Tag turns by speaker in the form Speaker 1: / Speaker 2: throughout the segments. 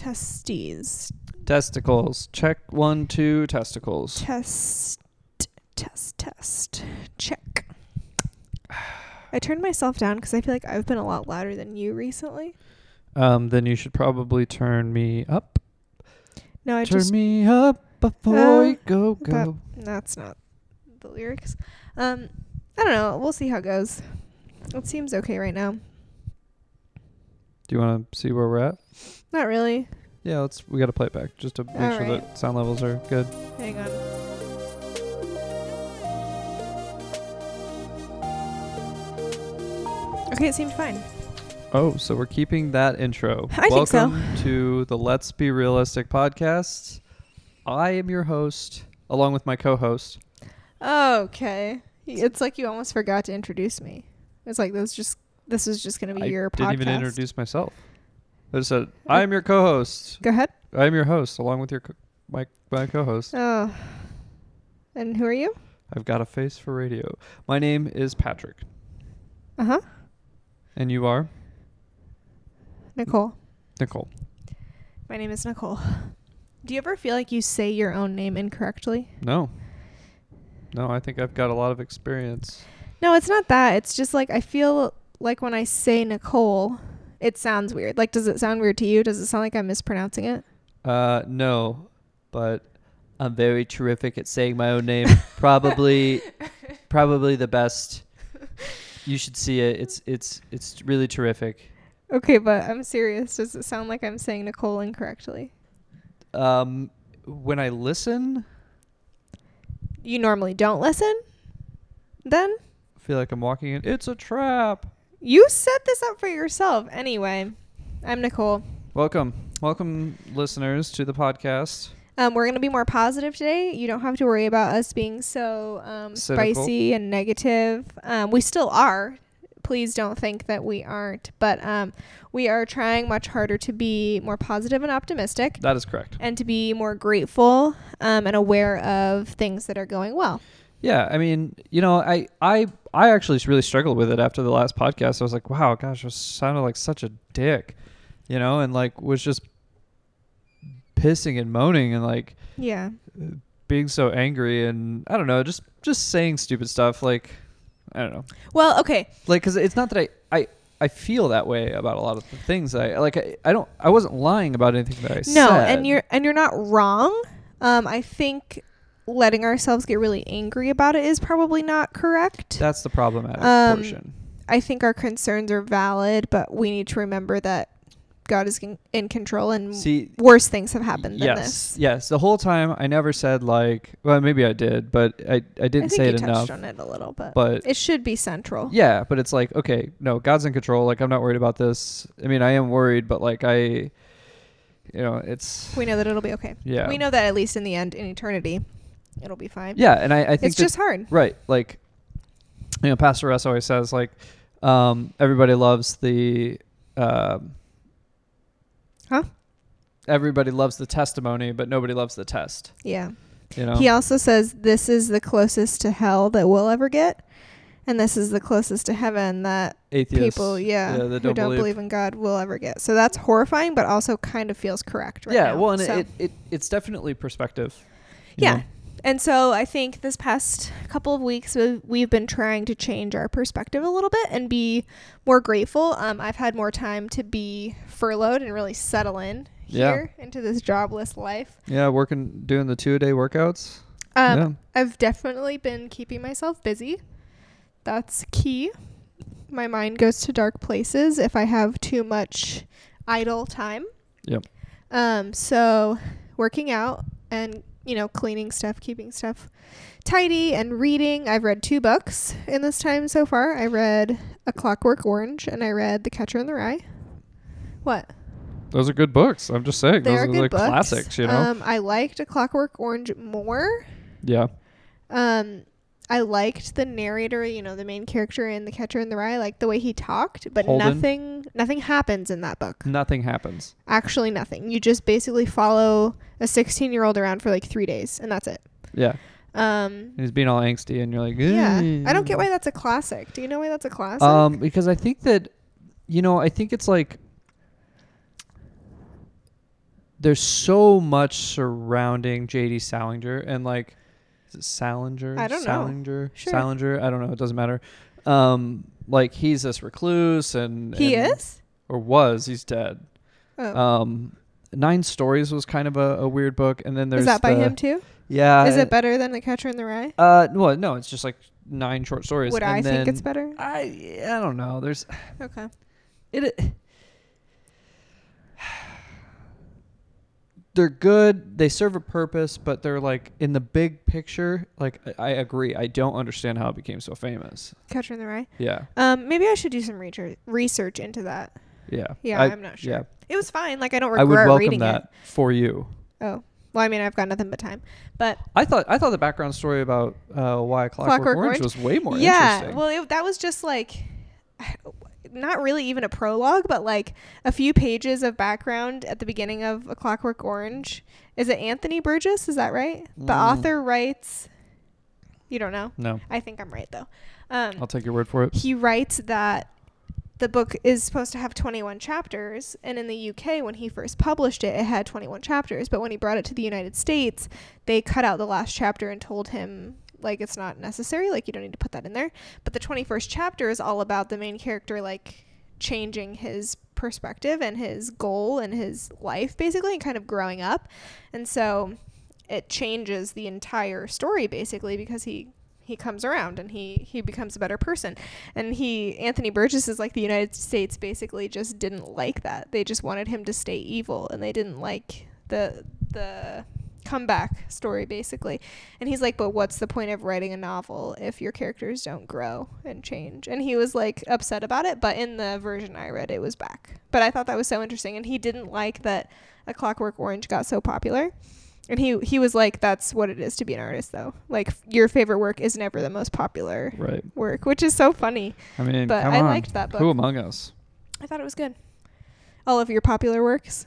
Speaker 1: testes.
Speaker 2: Testicles. Check one, two, testicles.
Speaker 1: Test, test, test. Check. I turned myself down because I feel like I've been a lot louder than you recently.
Speaker 2: Um, then you should probably turn me up.
Speaker 1: No, I
Speaker 2: turn
Speaker 1: just.
Speaker 2: me up before
Speaker 1: Uh,
Speaker 2: you go
Speaker 1: but-
Speaker 2: go.
Speaker 1: That's not the lyrics. Um, I don't know. We'll see how it goes. It seems okay right now.
Speaker 2: Do you want to see where we're at?
Speaker 1: Not really.
Speaker 2: Yeah, let's. We got to play it back just to make
Speaker 1: All
Speaker 2: sure
Speaker 1: right.
Speaker 2: that sound levels are good.
Speaker 1: Hang on. Okay, it seemed fine.
Speaker 2: Oh, so we're keeping that intro.
Speaker 1: I think so.
Speaker 2: Welcome to the Let's Be Realistic podcast. I am your host, along with my co-host.
Speaker 1: Okay. It's like you almost forgot to introduce me. It's like this just this is just gonna be
Speaker 2: I
Speaker 1: your
Speaker 2: didn't
Speaker 1: podcast.
Speaker 2: even introduce myself. I just said I am your co-host.
Speaker 1: Go ahead.
Speaker 2: I am your host, along with your co- my my co-host.
Speaker 1: Oh. And who are you?
Speaker 2: I've got a face for radio. My name is Patrick,
Speaker 1: Uh huh.
Speaker 2: and you are
Speaker 1: Nicole.
Speaker 2: Nicole.
Speaker 1: My name is Nicole. Do you ever feel like you say your own name incorrectly?
Speaker 2: No, no, I think I've got a lot of experience.
Speaker 1: No, it's not that. It's just like I feel like when I say Nicole, it sounds weird. Like, does it sound weird to you? Does it sound like I'm mispronouncing it?
Speaker 2: Uh, no, but I'm very terrific at saying my own name. probably, probably the best. You should see it. It's it's it's really terrific.
Speaker 1: Okay, but I'm serious. Does it sound like I'm saying Nicole incorrectly?
Speaker 2: Um, when I listen,
Speaker 1: You normally don't listen? Then?
Speaker 2: I feel like I'm walking in. It's a trap.
Speaker 1: You set this up for yourself. Anyway, I'm Nicole.
Speaker 2: Welcome, welcome, listeners, to the podcast.
Speaker 1: Um, we're going to be more positive today. You don't have to worry about us being so um,
Speaker 2: Cynical.
Speaker 1: spicy and negative. Um, we still are. Please don't think that we aren't. But um, we are trying much harder to be more positive and optimistic
Speaker 2: That is correct.
Speaker 1: and to be more grateful um, and aware of things that are going well.
Speaker 2: Yeah, I mean, you know, I I I actually really struggled with it after the last podcast. I was like, wow, gosh, I sounded like such a dick, you know, and like was just pissing and moaning and like
Speaker 1: Yeah.
Speaker 2: being so angry and I don't know, just just saying stupid stuff like I don't know.
Speaker 1: Well, okay.
Speaker 2: Like cuz it's not that I I I feel that way about a lot of the things I like I, I don't I wasn't lying about anything that I said.
Speaker 1: No, and you're and you're not wrong. Um, I think letting ourselves get really angry about it is probably not correct.
Speaker 2: that's the problematic
Speaker 1: Um,
Speaker 2: portion.
Speaker 1: I think our concerns are valid, but we need to remember that God is in, in control and
Speaker 2: See,
Speaker 1: worse things have happened
Speaker 2: yes,
Speaker 1: than this.
Speaker 2: Yes, the whole time I never said like, well, maybe I did, but I, I
Speaker 1: I
Speaker 2: didn't
Speaker 1: think
Speaker 2: say
Speaker 1: you
Speaker 2: it enough.
Speaker 1: touched on it a little, but,
Speaker 2: But
Speaker 1: it should be central.
Speaker 2: yeah, but it's like, okay, no, God's in control. Like I'm not worried about this. I mean, I am worried, but like I, you know, it's
Speaker 1: We know that it'll be okay.
Speaker 2: yeah,
Speaker 1: We know that at least in the end, in eternity, it'll be fine.
Speaker 2: yeah, and I, I think
Speaker 1: it's
Speaker 2: that-
Speaker 1: just hard.
Speaker 2: right, like, you know, Pastor Russ always says like, um, everybody loves the, um,
Speaker 1: Huh?
Speaker 2: Everybody loves the testimony, but nobody loves the test.
Speaker 1: Yeah.
Speaker 2: You know,
Speaker 1: He also says this is the closest to hell that we'll ever get, and this is the closest to heaven that
Speaker 2: atheists,
Speaker 1: people, yeah,
Speaker 2: that
Speaker 1: who don't believe. in God will ever get. So that's horrifying, but also kind of feels correct, right?
Speaker 2: yeah
Speaker 1: now.
Speaker 2: well and
Speaker 1: So-
Speaker 2: it, it it's definitely perspective you
Speaker 1: Yeah.
Speaker 2: know?
Speaker 1: And so I think this past couple of weeks we- we've been trying to change our perspective a little bit and be more grateful. Um, I've had more time to be furloughed and really settle in
Speaker 2: Yeah.
Speaker 1: here into this jobless life.
Speaker 2: yeah working doing the two a day workouts
Speaker 1: Um,
Speaker 2: yeah
Speaker 1: I've definitely been keeping myself busy. That's key. My mind goes to dark places if I have too much idle time.
Speaker 2: Yep.
Speaker 1: Um, so working out and, you know, cleaning stuff, keeping stuff tidy and reading. I've read two books in this time so far. I read A Clockwork Orange and I read The Catcher in the Rye. What?
Speaker 2: those are good books i'm just saying
Speaker 1: They
Speaker 2: those
Speaker 1: are
Speaker 2: are
Speaker 1: good
Speaker 2: the
Speaker 1: books.
Speaker 2: classics you know
Speaker 1: Um, I liked A Clockwork Orange more.
Speaker 2: yeah
Speaker 1: Um, I liked the narrator, you know, the main character in The Catcher in the Rye, like the way he talked, but
Speaker 2: Holden?
Speaker 1: nothing nothing happens in that book.
Speaker 2: nothing happens
Speaker 1: Actually nothing. You just basically follow a 16-year-old around for like 3 days and that's it.
Speaker 2: yeah
Speaker 1: Um
Speaker 2: and he's being all angsty and you're like
Speaker 1: yeah, I don't
Speaker 2: "Eh."
Speaker 1: get why that's a classic. Do you know why that's a classic?
Speaker 2: um because i think that you know i think it's like there's so much surrounding JD Salinger and like is it Salinger?
Speaker 1: I don't know.
Speaker 2: Salinger?
Speaker 1: Sure.
Speaker 2: Salinger? I don't know. It doesn't matter. Um, like he's this recluse and
Speaker 1: He
Speaker 2: and-
Speaker 1: is.
Speaker 2: or was he's dead.
Speaker 1: Oh.
Speaker 2: Um, Nine Stories was kind of a, a weird book, and then there's
Speaker 1: is that by
Speaker 2: the-
Speaker 1: him too?
Speaker 2: Yeah.
Speaker 1: is it better than The Catcher in the Rye?
Speaker 2: Uh, well, no, it's just like nine short stories.
Speaker 1: Would
Speaker 2: and
Speaker 1: I think it's
Speaker 2: then
Speaker 1: better?
Speaker 2: I I don't know. There's
Speaker 1: Okay.
Speaker 2: it they're good they serve a purpose but they're like in the big picture like I- i agree i don't understand how it became so famous
Speaker 1: Catcher in the Rye.
Speaker 2: yeah
Speaker 1: Um, maybe I should do some research research into that.
Speaker 2: yeah
Speaker 1: Yeah,
Speaker 2: I,
Speaker 1: I, am not sure.
Speaker 2: yeah
Speaker 1: It was fine. Like I don't
Speaker 2: i
Speaker 1: regret
Speaker 2: would welcome
Speaker 1: reading
Speaker 2: that for you
Speaker 1: it. Oh. Well, I mean, I've got nothing but time. But
Speaker 2: i thought i thought the background story about uh why clockwork,
Speaker 1: Clockwork
Speaker 2: orange,
Speaker 1: Orange?
Speaker 2: was way more
Speaker 1: yeah,
Speaker 2: interesting
Speaker 1: well, it, that was just like not really even a prologue, but like a few pages of background at the beginning of A Clockwork Orange. Is it Anthony Burgess? Is that right? The
Speaker 2: Mm.
Speaker 1: author writes. You don't know.
Speaker 2: no
Speaker 1: I think I'm right though. Um,
Speaker 2: i'll take your word for it
Speaker 1: he writes that the book is supposed to have 21 chapters and in the UK when he first published it it had 21 chapters but when he brought it to the United States they cut out the last chapter and told him like it's not necessary like you don't need to put that in there but the 21st chapter is all about the main character like changing his perspective and his goal and his life basically and kind of growing up and so it changes the entire story basically because he he comes around and he he becomes a better person and he anthony burgess is like the united states basically just didn't like that they just wanted him to stay evil and they didn't like the the comeback story basically and he's like but what's the point of writing a novel if your characters don't grow and change and he was like upset about it but in the version i read it was back but i thought that was so interesting and he didn't like that a clockwork orange got so popular and he he was like that's what it is to be an artist though like your favorite work is never the most popular
Speaker 2: right
Speaker 1: work, which is so funny.
Speaker 2: i mean
Speaker 1: But
Speaker 2: come
Speaker 1: I
Speaker 2: on.
Speaker 1: liked that book.
Speaker 2: who among us
Speaker 1: I thought it was good. All of your popular works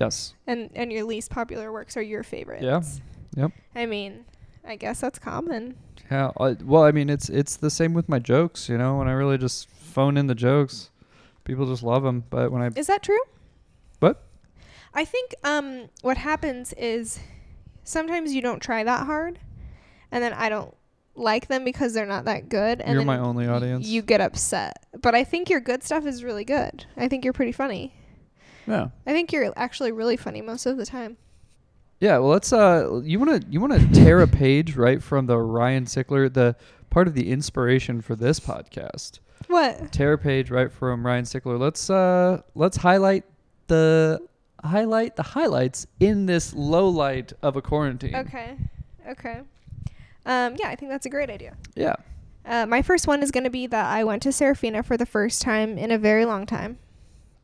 Speaker 2: yes
Speaker 1: and and your least popular works are your favorites.
Speaker 2: Yep.
Speaker 1: I mean, I guess that's common.
Speaker 2: Yeah. I, well, I mean, it's it's the same with my jokes. You know, when I really just phone in the jokes, people just love them. But when I
Speaker 1: Is that true?
Speaker 2: What?
Speaker 1: I think um what happens is sometimes you don't try that hard and then I don't like them because they're not that good and
Speaker 2: you're
Speaker 1: then
Speaker 2: my only audience.
Speaker 1: you get upset. But I think your good stuff is really good. I think you're pretty funny.
Speaker 2: yeah.
Speaker 1: I think you're actually really funny most of the time.
Speaker 2: Yeah. Well, let's. Uh, you wanna you wanna tear a page right from the Ryan Sickler, the part of the inspiration for this podcast.
Speaker 1: What?
Speaker 2: Tear a page right from Ryan Sickler. Let's uh let's highlight the highlight the highlights in this low light of a quarantine.
Speaker 1: Okay. Okay. Um, yeah, I think that's a great idea.
Speaker 2: Yeah.
Speaker 1: Uh, my first one is going to be that I went to Serafina for the first time in a very long time,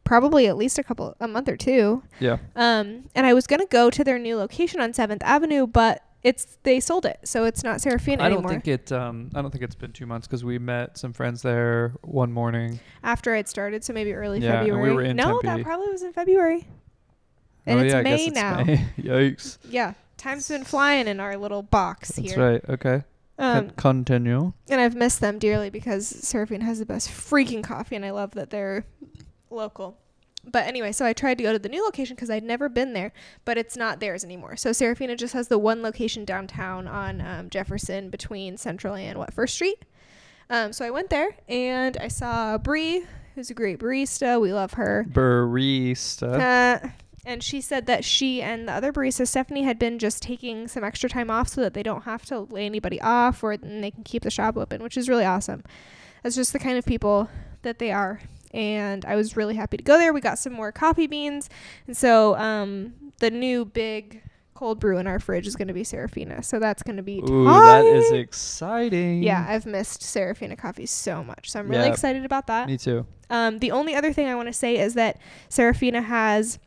Speaker 1: probably at least a couple, a month or two.
Speaker 2: Yeah.
Speaker 1: Um, and I was going to go to their new location on Seventh Avenue, but it's they sold it, so it's not Serafina
Speaker 2: I don't
Speaker 1: anymore.
Speaker 2: think it. Um, I don't think it's been two months because we met some friends there one morning.
Speaker 1: After I'd started, so maybe early
Speaker 2: Yeah, and we
Speaker 1: February.
Speaker 2: were in
Speaker 1: no,
Speaker 2: Tempe.
Speaker 1: that probably was in February.
Speaker 2: Oh,
Speaker 1: And it's May now.
Speaker 2: May. Yikes.
Speaker 1: Yeah, time's been flying in our little box
Speaker 2: That's
Speaker 1: here.
Speaker 2: right. Okay.
Speaker 1: Um,
Speaker 2: Con- Continue.
Speaker 1: And I've missed them dearly because Seraphine has the best freaking coffee, and I love that they're local. But anyway, so I tried to go to the new location because I'd never been there, but it's not theirs anymore. So Seraphina just has the one location downtown on um, Jefferson between Central and what First Street. Um, so I went there and I saw Bree, who's a great barista. We love her.
Speaker 2: Barista.
Speaker 1: Uh, and she said that she and the other barista Stephanie had been just taking some extra time off so that they don't have to lay anybody off or and they can keep the shop open, which is really awesome. That's just the kind of people that they are. And I was really happy to go there. We got some more coffee beans. And so um, the new big cold brew in our fridge is going to be Serafina. So that's going to be
Speaker 2: Ooh, that is
Speaker 1: tight.
Speaker 2: exciting.
Speaker 1: Yeah, I've missed Serafina coffee so much. So I'm really
Speaker 2: Yeah.
Speaker 1: excited about that.
Speaker 2: Me too.
Speaker 1: Um, the only other thing I want to say is that Serafina has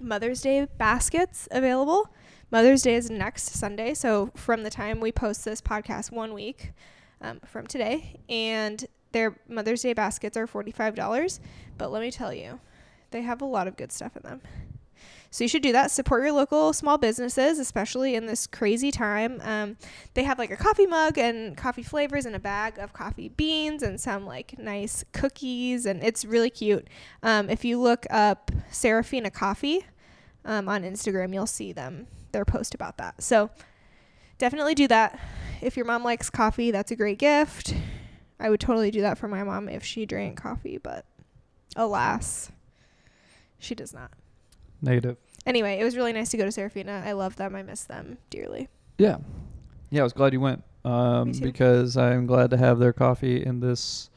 Speaker 1: Mother's Day baskets available. Mother's Day is next Sunday, so from the time we post this podcast, one week um, from today, and their Mother's Day baskets are forty-five dollars. But let me tell you, they have a lot of good stuff in them. So you should do that. Support your local small businesses, especially in this crazy time. Um, they have like a coffee mug and coffee flavors and a bag of coffee beans and some like nice cookies and it's really cute. Um, if you look up Serafina Coffee um, on Instagram, you'll see them their post about that. So definitely do that. If your mom likes coffee, that's a great gift. I would totally do that for my mom if she drank coffee, but alas, she does not.
Speaker 2: Negative.
Speaker 1: Anyway, it was really nice to go to Serafina. I love them. I miss them dearly.
Speaker 2: Yeah. Yeah, I was glad you went. Um,
Speaker 1: Me too.
Speaker 2: because I'm glad to have their coffee in this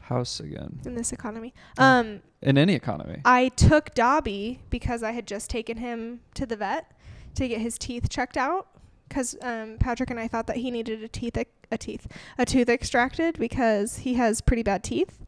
Speaker 2: house again.
Speaker 1: in this economy.
Speaker 2: Yeah.
Speaker 1: Um,
Speaker 2: In any economy.
Speaker 1: I took Dobby because I had just taken him to the vet to get his teeth checked out because um, Patrick and I thought that he needed a teeth ex- a teeth a tooth extracted because he has pretty bad teeth.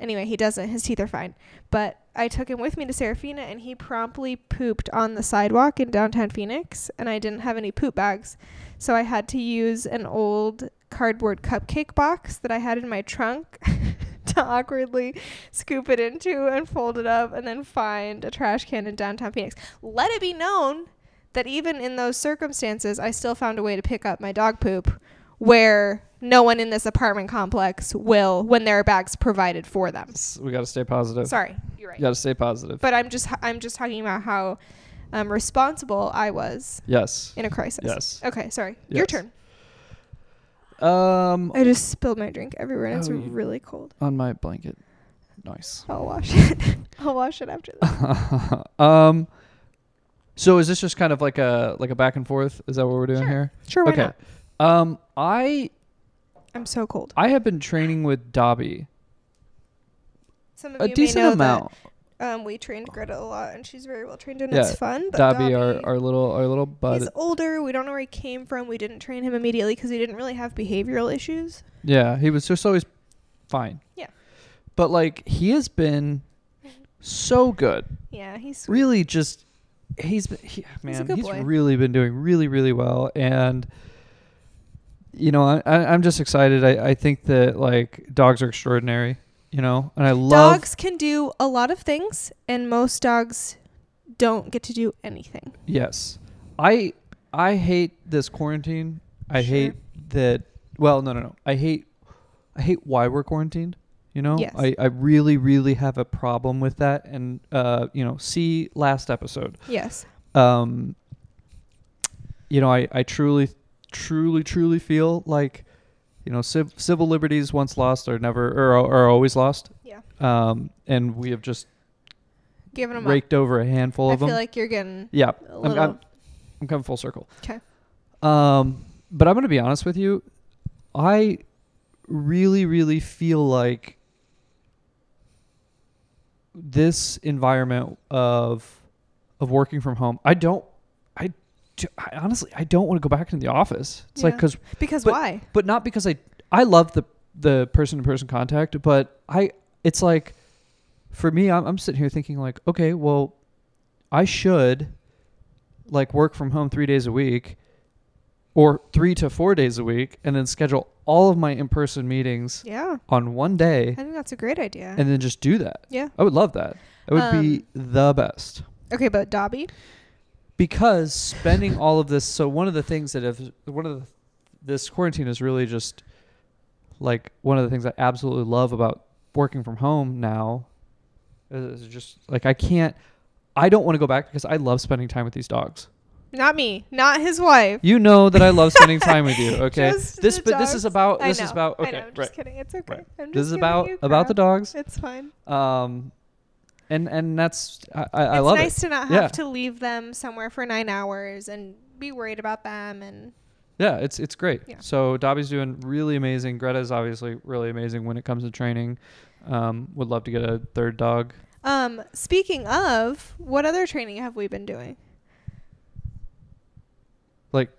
Speaker 1: Anyway, he doesn't. His teeth are fine. But I took him with me to Serafina, and he promptly pooped on the sidewalk in downtown Phoenix, and I didn't have any poop bags, so I had to use an old cardboard cupcake box that I had in my trunk to awkwardly scoop it into and fold it up and then find a trash can in downtown Phoenix. Let it be known that even in those circumstances, I still found a way to pick up my dog poop where no one in this apartment complex will when there are bags provided for them.
Speaker 2: S- we got to stay positive.
Speaker 1: Sorry, you're right.
Speaker 2: You got to stay positive.
Speaker 1: But I'm just I'm just talking about how um, responsible I was
Speaker 2: yes.
Speaker 1: in a crisis.
Speaker 2: Yes.
Speaker 1: Okay, sorry.
Speaker 2: Yes.
Speaker 1: Your turn.
Speaker 2: Um,
Speaker 1: I just spilled my drink everywhere and it's
Speaker 2: Oh, you-
Speaker 1: really cold.
Speaker 2: on my blanket. Nice.
Speaker 1: I'll wash it. I'll wash it after
Speaker 2: Uh,
Speaker 1: this.
Speaker 2: um, so is this just kind of like a like a back and forth? Is that what we're doing
Speaker 1: Sure.
Speaker 2: here?
Speaker 1: Sure, why
Speaker 2: okay.
Speaker 1: not?
Speaker 2: Um, I
Speaker 1: I'm so cold.
Speaker 2: I have been training with Dobby
Speaker 1: Some of
Speaker 2: a
Speaker 1: you may
Speaker 2: decent
Speaker 1: know that
Speaker 2: amount.
Speaker 1: Um, we trained Greta a lot, and she's very well trained, and
Speaker 2: Yeah,
Speaker 1: it's fun. But
Speaker 2: Dobby,
Speaker 1: Dobby,
Speaker 2: our our little our little bud.
Speaker 1: he's older. We don't know where he came from. We didn't train him immediately because he didn't really have behavioral issues.
Speaker 2: Yeah, he was just always fine.
Speaker 1: Yeah. Mm-hmm.
Speaker 2: But like he has been so good.
Speaker 1: Yeah, he's
Speaker 2: Really just he's been he, man,
Speaker 1: good
Speaker 2: he's
Speaker 1: boy.
Speaker 2: really been doing really really well and you know, I, I I'm just excited. I I think that like dogs are extraordinary, you know, and I love
Speaker 1: dogs can do a lot of things, and most dogs don't get to do anything.
Speaker 2: Yes. I I hate this quarantine. I
Speaker 1: Sure.
Speaker 2: hate that well, no no no. I hate I hate why we're quarantined. You know?
Speaker 1: Yes.
Speaker 2: I, I really, really have a problem with that and uh, you know, see last episode.
Speaker 1: Yes,
Speaker 2: Um you know, I, I truly truly, truly feel like you know, civ- civil liberties once lost are never or are, are always lost.
Speaker 1: Yeah.
Speaker 2: Um, and we have just
Speaker 1: giving him
Speaker 2: raked over a handful
Speaker 1: up. I
Speaker 2: of them.
Speaker 1: feel like you're getting
Speaker 2: yeah.
Speaker 1: a
Speaker 2: I'm,
Speaker 1: little.
Speaker 2: I'm, I'm coming full circle.
Speaker 1: 'Kay.
Speaker 2: Um, but I'm going to be honest with you. I really, really feel like this environment of of working from home. I don't. I, do- I honestly, I don't want to go back into the office. It's like
Speaker 1: Yeah.
Speaker 2: 'cause like
Speaker 1: because
Speaker 2: but-
Speaker 1: why?
Speaker 2: but not because I I love the the person to person contact, but I it's like for me I'm, I'm sitting here thinking like okay well I should like work from home three days a week or three to four days a week and then schedule all of my in person meetings
Speaker 1: Yeah,
Speaker 2: on one day
Speaker 1: I think that's a great idea.
Speaker 2: and then just do that.
Speaker 1: yeah.
Speaker 2: I would love that. It would be
Speaker 1: Um,
Speaker 2: the best
Speaker 1: Okay, but Dobby.
Speaker 2: because spending all of this so one of the things that have one of the this quarantine is really just like one of the things i absolutely love about working from home now is just like i can't i don't want to go back because i love spending time with these dogs
Speaker 1: Not me. Not his wife.
Speaker 2: you know that i love spending time with you okay
Speaker 1: Just
Speaker 2: this
Speaker 1: the
Speaker 2: but this is
Speaker 1: dogs.
Speaker 2: about
Speaker 1: I
Speaker 2: this is
Speaker 1: know,
Speaker 2: about
Speaker 1: I know,
Speaker 2: okay
Speaker 1: I'm
Speaker 2: right
Speaker 1: just kidding. It's okay.
Speaker 2: right.
Speaker 1: I'm just
Speaker 2: this is
Speaker 1: giving
Speaker 2: about
Speaker 1: you
Speaker 2: about the
Speaker 1: crap.
Speaker 2: dogs
Speaker 1: It's fine.
Speaker 2: um and and that's i i, I
Speaker 1: it's
Speaker 2: love
Speaker 1: nice
Speaker 2: it
Speaker 1: to not have
Speaker 2: Yeah.
Speaker 1: to leave them somewhere for nine hours and be worried about them and
Speaker 2: Yeah, it's it's great.
Speaker 1: Yeah.
Speaker 2: So Dobby's doing really amazing. Greta's obviously really amazing when it comes to training. Um, would love to get a third dog.
Speaker 1: um speaking of what other training have we been doing
Speaker 2: Like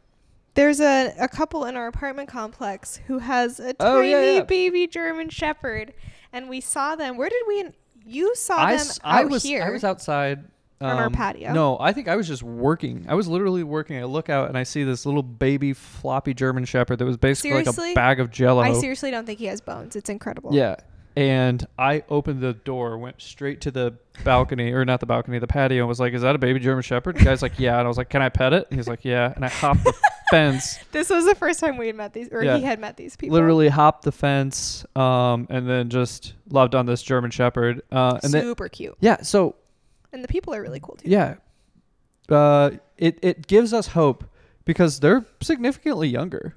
Speaker 1: there's a, a couple in our apartment complex who has a
Speaker 2: Oh,
Speaker 1: tiny
Speaker 2: yeah, yeah.
Speaker 1: baby german shepherd and we saw them where did we in, you saw
Speaker 2: I,
Speaker 1: Oh, them
Speaker 2: s- I
Speaker 1: out
Speaker 2: was
Speaker 1: here
Speaker 2: I was outside um,
Speaker 1: on our patio.
Speaker 2: No, I think I was just working. I was literally working. I look out and I see this little baby floppy German Shepherd that was basically like a
Speaker 1: Seriously?
Speaker 2: bag of Jello.
Speaker 1: I seriously don't think he has bones it's incredible
Speaker 2: Yeah. And I opened the door, went straight to the balcony, or not the balcony, the patio, and was like, Is that a baby German Shepherd? The guy's like, Yeah. And I was like, Can I pet it? And he's like, Yeah. And I hopped the fence.
Speaker 1: this was the first time we had met these or
Speaker 2: Yeah.
Speaker 1: he had met these people
Speaker 2: literally hopped the fence um, and then just loved on this German Shepherd. Uh, and then,
Speaker 1: super cute
Speaker 2: yeah, so
Speaker 1: and the people are really cool too
Speaker 2: yeah, uh, it it gives us hope because they're significantly younger.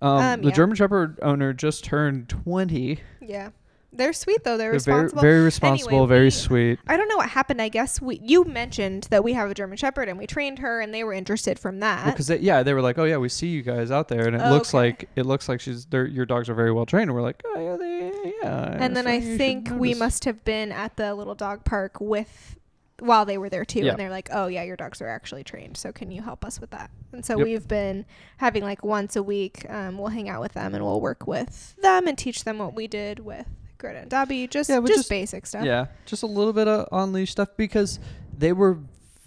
Speaker 2: Um,
Speaker 1: Um,
Speaker 2: the
Speaker 1: yeah.
Speaker 2: German Shepherd owner just turned twenty.
Speaker 1: Yeah. They're sweet though. They're,
Speaker 2: They're very
Speaker 1: responsible.
Speaker 2: very responsible, very
Speaker 1: we-
Speaker 2: sweet.
Speaker 1: I don't know what happened. I guess we you mentioned that we have a German Shepherd and we trained her and they were interested from that.
Speaker 2: Because they, yeah, they were like, "Oh yeah, we see you guys out there," and it
Speaker 1: Oh,
Speaker 2: looks
Speaker 1: okay.
Speaker 2: like it looks like she's they're- your dogs are very well trained. And we're like, "Oh yeah, they, yeah."
Speaker 1: and then
Speaker 2: so
Speaker 1: I
Speaker 2: you should
Speaker 1: think we
Speaker 2: notice."
Speaker 1: must have been at the little dog park with while they were there too
Speaker 2: Yeah.
Speaker 1: and they're like, "Oh yeah, your dogs are actually trained. So can you help us with that?" And so
Speaker 2: Yep.
Speaker 1: we've been having like once a week um, we'll hang out with them and we'll work with them and teach them what we did with Greta and Dobby, just
Speaker 2: Yeah, we
Speaker 1: just,
Speaker 2: just-
Speaker 1: basic stuff.
Speaker 2: Yeah, just a little bit of on leash stuff because they were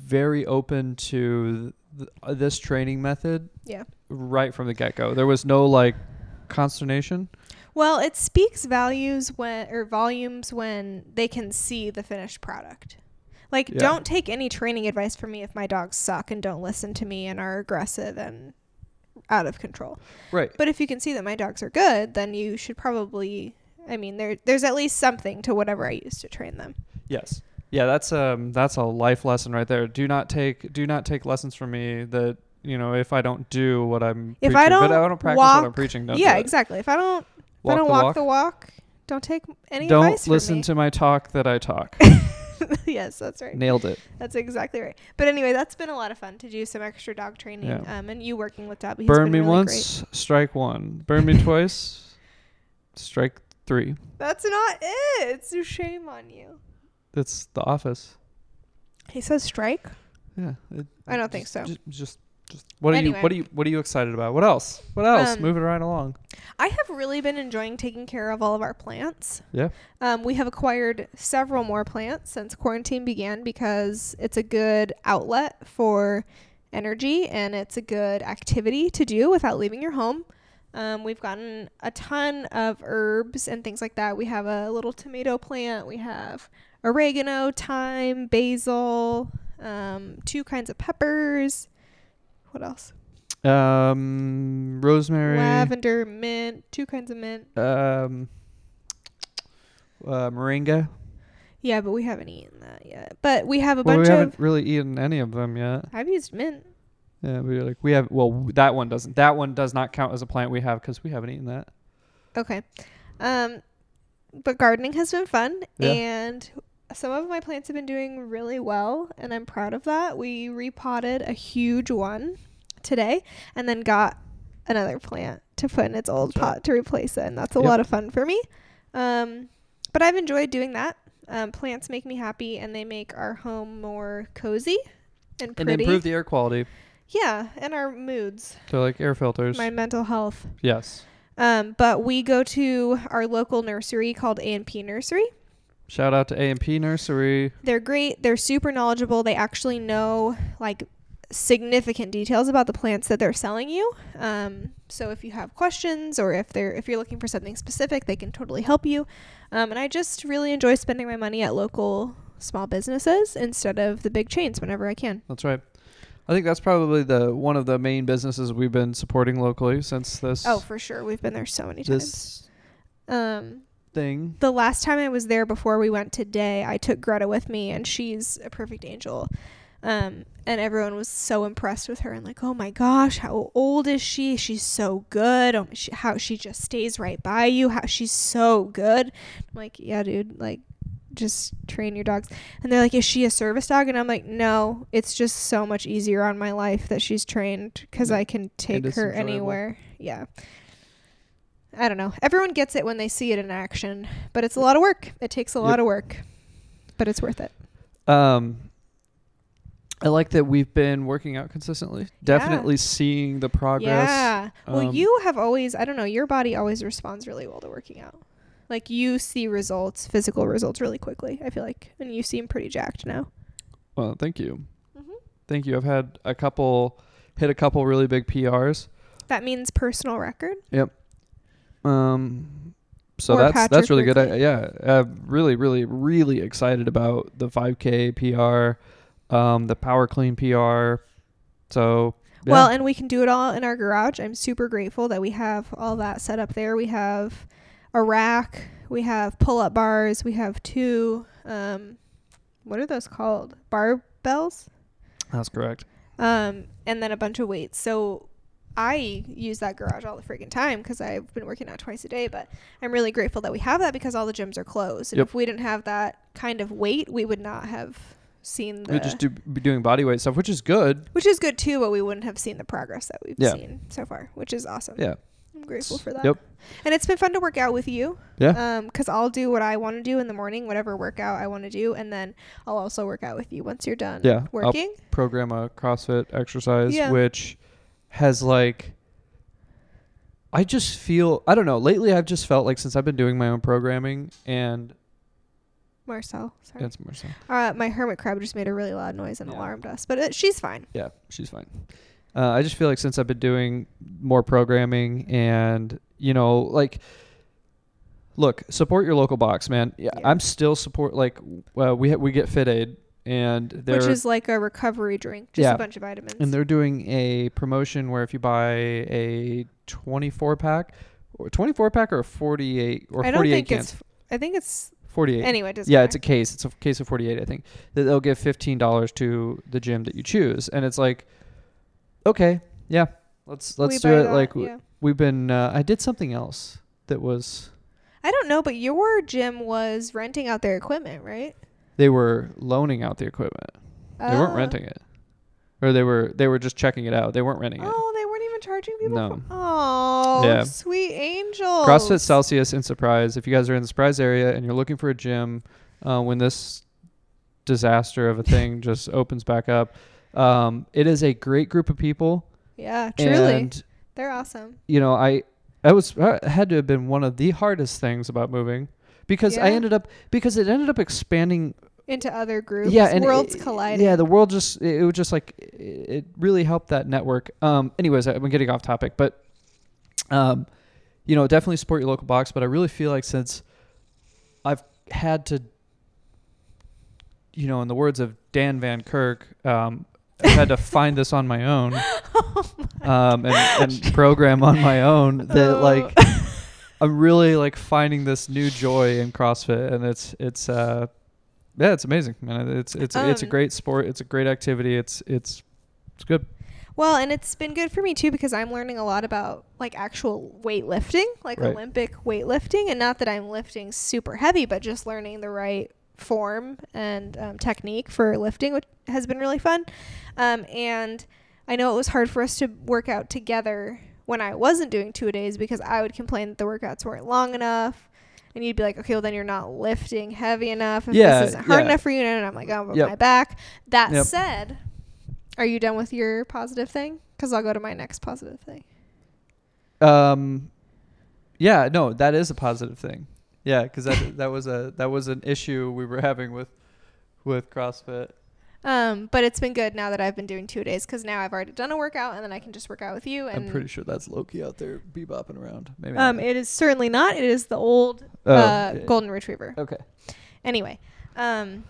Speaker 2: very open to th- th- this training method
Speaker 1: Yeah.
Speaker 2: right from the get go. There was no like consternation.
Speaker 1: Well, it speaks values when or volumes when they can see the finished product. Like
Speaker 2: Yeah.
Speaker 1: don't take any training advice from me if my dogs suck and don't listen to me and are aggressive and out of control.
Speaker 2: Right.
Speaker 1: But if you can see that my dogs are good, then you should probably I mean there there's at least something to whatever I use to train them.
Speaker 2: Yes. Yeah, that's um that's a life lesson right there. Do not take do not take lessons from me that you know if I don't do what I'm
Speaker 1: If
Speaker 2: preaching,
Speaker 1: I
Speaker 2: but
Speaker 1: don't
Speaker 2: I don't practice what I'm
Speaker 1: walk-
Speaker 2: preaching. Don't
Speaker 1: yeah,
Speaker 2: do it.
Speaker 1: exactly. If I don't if I
Speaker 2: Walk
Speaker 1: don't
Speaker 2: the
Speaker 1: walk,
Speaker 2: walk.
Speaker 1: the walk, don't take any
Speaker 2: Don't
Speaker 1: advice
Speaker 2: listen
Speaker 1: from
Speaker 2: to my talk that I talk.
Speaker 1: me. yes, that's right.
Speaker 2: Nailed it.
Speaker 1: That's exactly right. But anyway, that's been a lot of fun to do some extra dog training.
Speaker 2: Yeah.
Speaker 1: Um, and you working with Dobby. has
Speaker 2: Burn
Speaker 1: been
Speaker 2: me
Speaker 1: really Great.
Speaker 2: once, strike one. Burn me twice, strike three.
Speaker 1: That's not it. It's a shame on you.
Speaker 2: That's the office.
Speaker 1: He says strike.
Speaker 2: Yeah. it-
Speaker 1: I don't
Speaker 2: just-
Speaker 1: think so.
Speaker 2: ju- Just, just, what are
Speaker 1: Anyway.
Speaker 2: you, what are you, what are you excited about? What else? What else?
Speaker 1: Um,
Speaker 2: Moving right along.
Speaker 1: I have really been enjoying taking care of all of our plants.
Speaker 2: Yeah.
Speaker 1: Um, we have acquired several more plants since quarantine began because it's a good outlet for energy and it's a good activity to do without leaving your home. Um, we've gotten a ton of herbs and things like that. We have a little tomato plant, we have oregano, thyme, basil, um, two kinds of peppers. What else?
Speaker 2: Um, rosemary.
Speaker 1: Lavender, mint, two kinds of mint.
Speaker 2: Um, uh, moringa.
Speaker 1: Yeah, but we haven't eaten that yet. But we have a
Speaker 2: Well, we
Speaker 1: bunch
Speaker 2: haven't
Speaker 1: of.
Speaker 2: really eaten any of them yet.
Speaker 1: I've used mint.
Speaker 2: Yeah, we were like we have. Well, w- that one doesn't. That one does not count as a plant we have because we haven't eaten that.
Speaker 1: Okay. Um, but gardening has been fun,
Speaker 2: Yeah.
Speaker 1: and some of my plants have been doing really well, and I'm proud of that. We repotted a huge one today, and then got another plant to put in its old
Speaker 2: That's right.
Speaker 1: pot to replace it, and that's a
Speaker 2: Yep.
Speaker 1: lot of fun for me. Um, but I've enjoyed doing that. Um, plants make me happy, and they make our home more cozy and
Speaker 2: And
Speaker 1: pretty.
Speaker 2: improve the air quality.
Speaker 1: yeah, and our moods.
Speaker 2: They're like air filters.
Speaker 1: my mental health.
Speaker 2: yes.
Speaker 1: Um, but we go to our local nursery called A&P Nursery.
Speaker 2: Shout out to A and P Nursery.
Speaker 1: They're great. They're super knowledgeable. They actually know like significant details about the plants that they're selling you. Um, so if you have questions or if they're if you're looking for something specific, they can totally help you. Um, and I just really enjoy spending my money at local small businesses instead of the big chains whenever I can.
Speaker 2: That's right. I think that's probably the one of the main businesses we've been supporting locally since this.
Speaker 1: Oh, for sure. We've been there so many times.
Speaker 2: this
Speaker 1: Um,
Speaker 2: thing.
Speaker 1: the last time I was there before we went today, I took Greta with me, and she's a perfect angel. Um, and everyone was so impressed with her and like, oh my gosh, how old is she? She's so good. Oh, my- she, how she just stays right by you. How she's so good. I'm like, yeah, dude, like, just train your dogs. And they're like, is she a service dog? And I'm like, no, it's just so much easier on my life that she's trained because I can take
Speaker 2: it's
Speaker 1: her
Speaker 2: enjoyable.
Speaker 1: anywhere. Yeah. I don't know. Everyone gets it when they see it in action, but it's a lot of work. It takes a lot
Speaker 2: Yep.
Speaker 1: of work, but it's worth it.
Speaker 2: Um, I like that we've been working out consistently. Definitely seeing the progress.
Speaker 1: Yeah. well,
Speaker 2: Um,
Speaker 1: you have always, I don't know, your body always responds really well to working out. Like you see results, physical results really quickly, I feel like. And you seem pretty jacked now.
Speaker 2: Well, thank you.
Speaker 1: Mhm.
Speaker 2: Thank you. I've had a couple, hit a couple really big PRs.
Speaker 1: That means personal record.
Speaker 2: Um, so
Speaker 1: Or
Speaker 2: that's
Speaker 1: Patrick
Speaker 2: that's really good. I,
Speaker 1: Woodley.
Speaker 2: yeah, uh, really, really, really excited about the 5K PR, um, the Power Clean PR. So yeah.
Speaker 1: Well, and we can do it all in our garage. I'm super grateful that we have all that set up there. We have a rack, we have pull up bars, we have two, um, what are those called? Barbells?
Speaker 2: That's correct.
Speaker 1: um, and then a bunch of weights. So I use that garage all the freaking time because I've been working out twice a day. But I'm really grateful that we have that because all the gyms are closed. And
Speaker 2: Yep.
Speaker 1: if we didn't have that kind of weight, we would not have seen the.
Speaker 2: we just do be doing body weight stuff, which is good.
Speaker 1: which is good too, but we wouldn't have seen the progress that we've
Speaker 2: Yeah.
Speaker 1: seen so far, which is awesome.
Speaker 2: Yeah.
Speaker 1: I'm grateful for that.
Speaker 2: Yep.
Speaker 1: And it's been fun to work out with you.
Speaker 2: Yeah.
Speaker 1: Um, cause I'll do what I want to do in the morning, whatever workout I want to do, and then I'll also work out with you once you're done.
Speaker 2: Yeah, I'll-
Speaker 1: Working.
Speaker 2: program a CrossFit exercise,
Speaker 1: Yeah.
Speaker 2: which has like. I just feel I don't know. Lately, I've just felt like since I've been doing my own programming and
Speaker 1: Marcel, sorry.
Speaker 2: it's more so.
Speaker 1: Uh, my hermit crab just made a really loud noise and
Speaker 2: Yeah.
Speaker 1: alarmed us, but it, she's fine.
Speaker 2: Yeah, she's fine. Uh, I just feel like since I've been doing more programming and you know, like, look, support your local box, man. Yeah,
Speaker 1: Yeah.
Speaker 2: I'm still support like uh, we ha- we get Fit Aid and they're
Speaker 1: Which is like a recovery drink, just
Speaker 2: Yeah.
Speaker 1: a bunch of vitamins.
Speaker 2: and they're doing a promotion where if you buy a 24 pack or 24 pack or 48 or
Speaker 1: I don't
Speaker 2: 48
Speaker 1: think
Speaker 2: cans,
Speaker 1: it's. I think it's
Speaker 2: 48.
Speaker 1: anyway. It doesn't
Speaker 2: yeah,
Speaker 1: matter.
Speaker 2: it's a case. It's a case of 48, I think. That they'll give $15 to the gym that you choose, and it's like, okay, yeah, let's let's
Speaker 1: We
Speaker 2: do
Speaker 1: buy
Speaker 2: it.
Speaker 1: that,
Speaker 2: Like w-
Speaker 1: yeah.
Speaker 2: we've been. Uh, I did something else that was
Speaker 1: I don't know, but your gym was renting out their equipment, right?
Speaker 2: they were loaning out the equipment. They weren't
Speaker 1: Uh,
Speaker 2: renting it, or they were they were just checking it out. They weren't renting it.
Speaker 1: Oh, they weren't even charging people.
Speaker 2: No.
Speaker 1: for- oh,
Speaker 2: Yeah.
Speaker 1: sweet angels.
Speaker 2: CrossFit Celsius in Surprise. If you guys are in the Surprise area and you're looking for a gym, uh, when this disaster of a thing just opens back up, um, it is a great group of people.
Speaker 1: Yeah, truly,
Speaker 2: And
Speaker 1: they're awesome.
Speaker 2: you know, I I was uh, had to have been one of the hardest things about moving because I
Speaker 1: Yeah.
Speaker 2: ended up because it ended up expanding.
Speaker 1: Into other groups,
Speaker 2: Yeah, and
Speaker 1: worlds
Speaker 2: it-
Speaker 1: colliding.
Speaker 2: Yeah, the world just it, it was just like it, it really helped that network. Um, anyways, I- I'm getting off topic, but um, you know, definitely support your local box. But I really feel like since I've had to, you know, in the words of Dan Van Kirk, um, I've had to find this on my own um, and, and program on my own that
Speaker 1: Oh.
Speaker 2: like I'm really like finding this new joy in CrossFit and it's it's uh yeah it's amazing man it's it's it's a
Speaker 1: Um,
Speaker 2: great sport it's a great activity it's it's it's good
Speaker 1: Well, and it's been good for me too because I'm learning a lot about like actual weightlifting, like
Speaker 2: Right.
Speaker 1: Olympic weightlifting, and not that I'm lifting super heavy, but just learning the right form and um, technique for lifting, which has been really fun. Um, and I know it was hard for us to work out together when I wasn't doing two a days because I would complain that the workouts weren't long enough. And you'd be like, okay, well, then you're not lifting heavy enough. If
Speaker 2: Yeah,
Speaker 1: this isn't hard
Speaker 2: yeah.
Speaker 1: enough for you, and I'm like, oh, but
Speaker 2: Yep.
Speaker 1: my back. That
Speaker 2: Yep.
Speaker 1: said, are you done with your positive thing? Because I'll go to my next positive thing.
Speaker 2: um yeah no that is a positive thing yeah because that that was a that was an issue we were having with with CrossFit
Speaker 1: Um, but it's been good now that I've been doing two days because now I've already done a workout and then I can just work out with you. And
Speaker 2: I'm pretty sure that's Loki out there bebopping around maybe
Speaker 1: um,
Speaker 2: not.
Speaker 1: it is certainly not. It is the old
Speaker 2: Oh,
Speaker 1: uh,
Speaker 2: yeah.
Speaker 1: golden retriever.
Speaker 2: okay
Speaker 1: Anyway, um,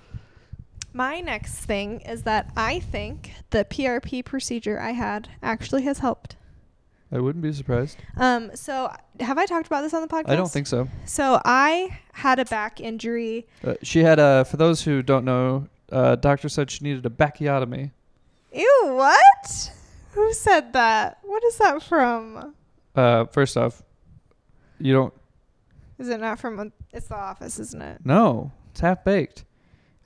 Speaker 1: my next thing is that I think the PRP procedure I had actually has helped.
Speaker 2: I wouldn't be surprised
Speaker 1: Um, so have I talked about this on the podcast?
Speaker 2: I don't think so
Speaker 1: so. I had a back injury.
Speaker 2: Uh, she had a. For those who don't know, uh, doctor said she needed a bacchiotomy.
Speaker 1: Ew, what? Who said that? What is that from?
Speaker 2: Uh, first off, you don't
Speaker 1: Is it not from? It's The Office, isn't it?
Speaker 2: know. It's half baked.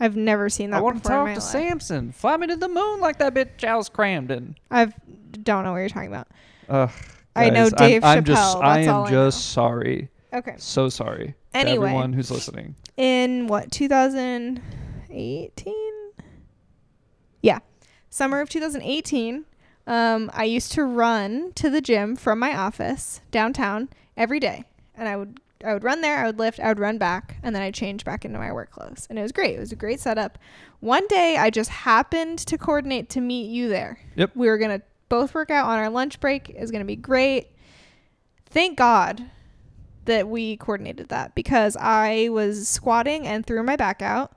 Speaker 1: I've never seen that
Speaker 2: I
Speaker 1: before
Speaker 2: want to
Speaker 1: in
Speaker 2: talk
Speaker 1: my
Speaker 2: to
Speaker 1: life.
Speaker 2: Samson. Fly me to the moon like that bitch I was crammed in.
Speaker 1: I've don't know what you're talking about.
Speaker 2: Ugh,
Speaker 1: I know
Speaker 2: guys, I'm-
Speaker 1: Dave
Speaker 2: I'm,
Speaker 1: Chappelle.
Speaker 2: just.
Speaker 1: that's
Speaker 2: I am
Speaker 1: all
Speaker 2: just sorry.
Speaker 1: I know. okay.
Speaker 2: So sorry. To
Speaker 1: Anyway.
Speaker 2: everyone who's listening.
Speaker 1: in what 2018 yeah summer of 2018 um, i used to run to the gym from my office downtown every day and i would i would run there i would lift i would run back and then i changed back into my work clothes and it was great it was a great setup one day i just happened to coordinate to meet you there
Speaker 2: Yep.
Speaker 1: we were gonna both work out on our lunch break it was gonna be great thank god that we coordinated that because I was squatting and threw my back out.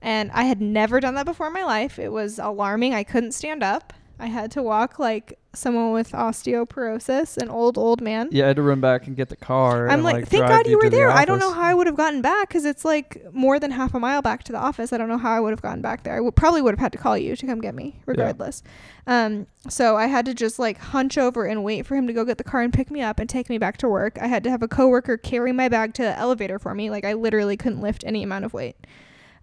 Speaker 1: And I had never done that before in my life. It was alarming. I couldn't stand up. I had to walk like someone with osteoporosis, an old old man.
Speaker 2: Yeah, I had to run back and get the car.
Speaker 1: I'm
Speaker 2: and,
Speaker 1: like,
Speaker 2: like
Speaker 1: thank
Speaker 2: drive
Speaker 1: God you were
Speaker 2: to the
Speaker 1: there. I don't know
Speaker 2: office.
Speaker 1: how I would have gotten back because it's like more than half a mile back to the office. I don't know how I would have gotten back there. I would, probably would have had to call you to come get me, regardless. Um, so I had to just like hunch over and wait for him to go get the car and pick me up and take me back to work. I had to have a coworker carry my bag to the elevator for me. Like I literally couldn't lift any amount of weight.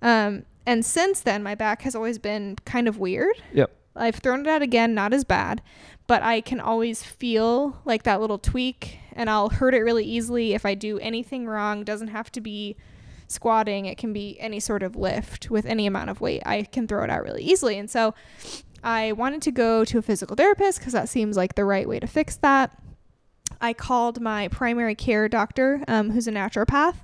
Speaker 1: Um, and since then, my back has always been kind of weird.
Speaker 2: Yep.
Speaker 1: I've thrown it out again, not as bad, but I can always feel like that little tweak and I'll hurt it really easily if I do anything wrong. Doesn't have to be squatting, it can be any sort of lift with any amount of weight. I can throw it out really easily. And so I wanted to go to a physical therapist because that seems like the right way to fix that. I called my primary care doctor, um, who's a naturopath,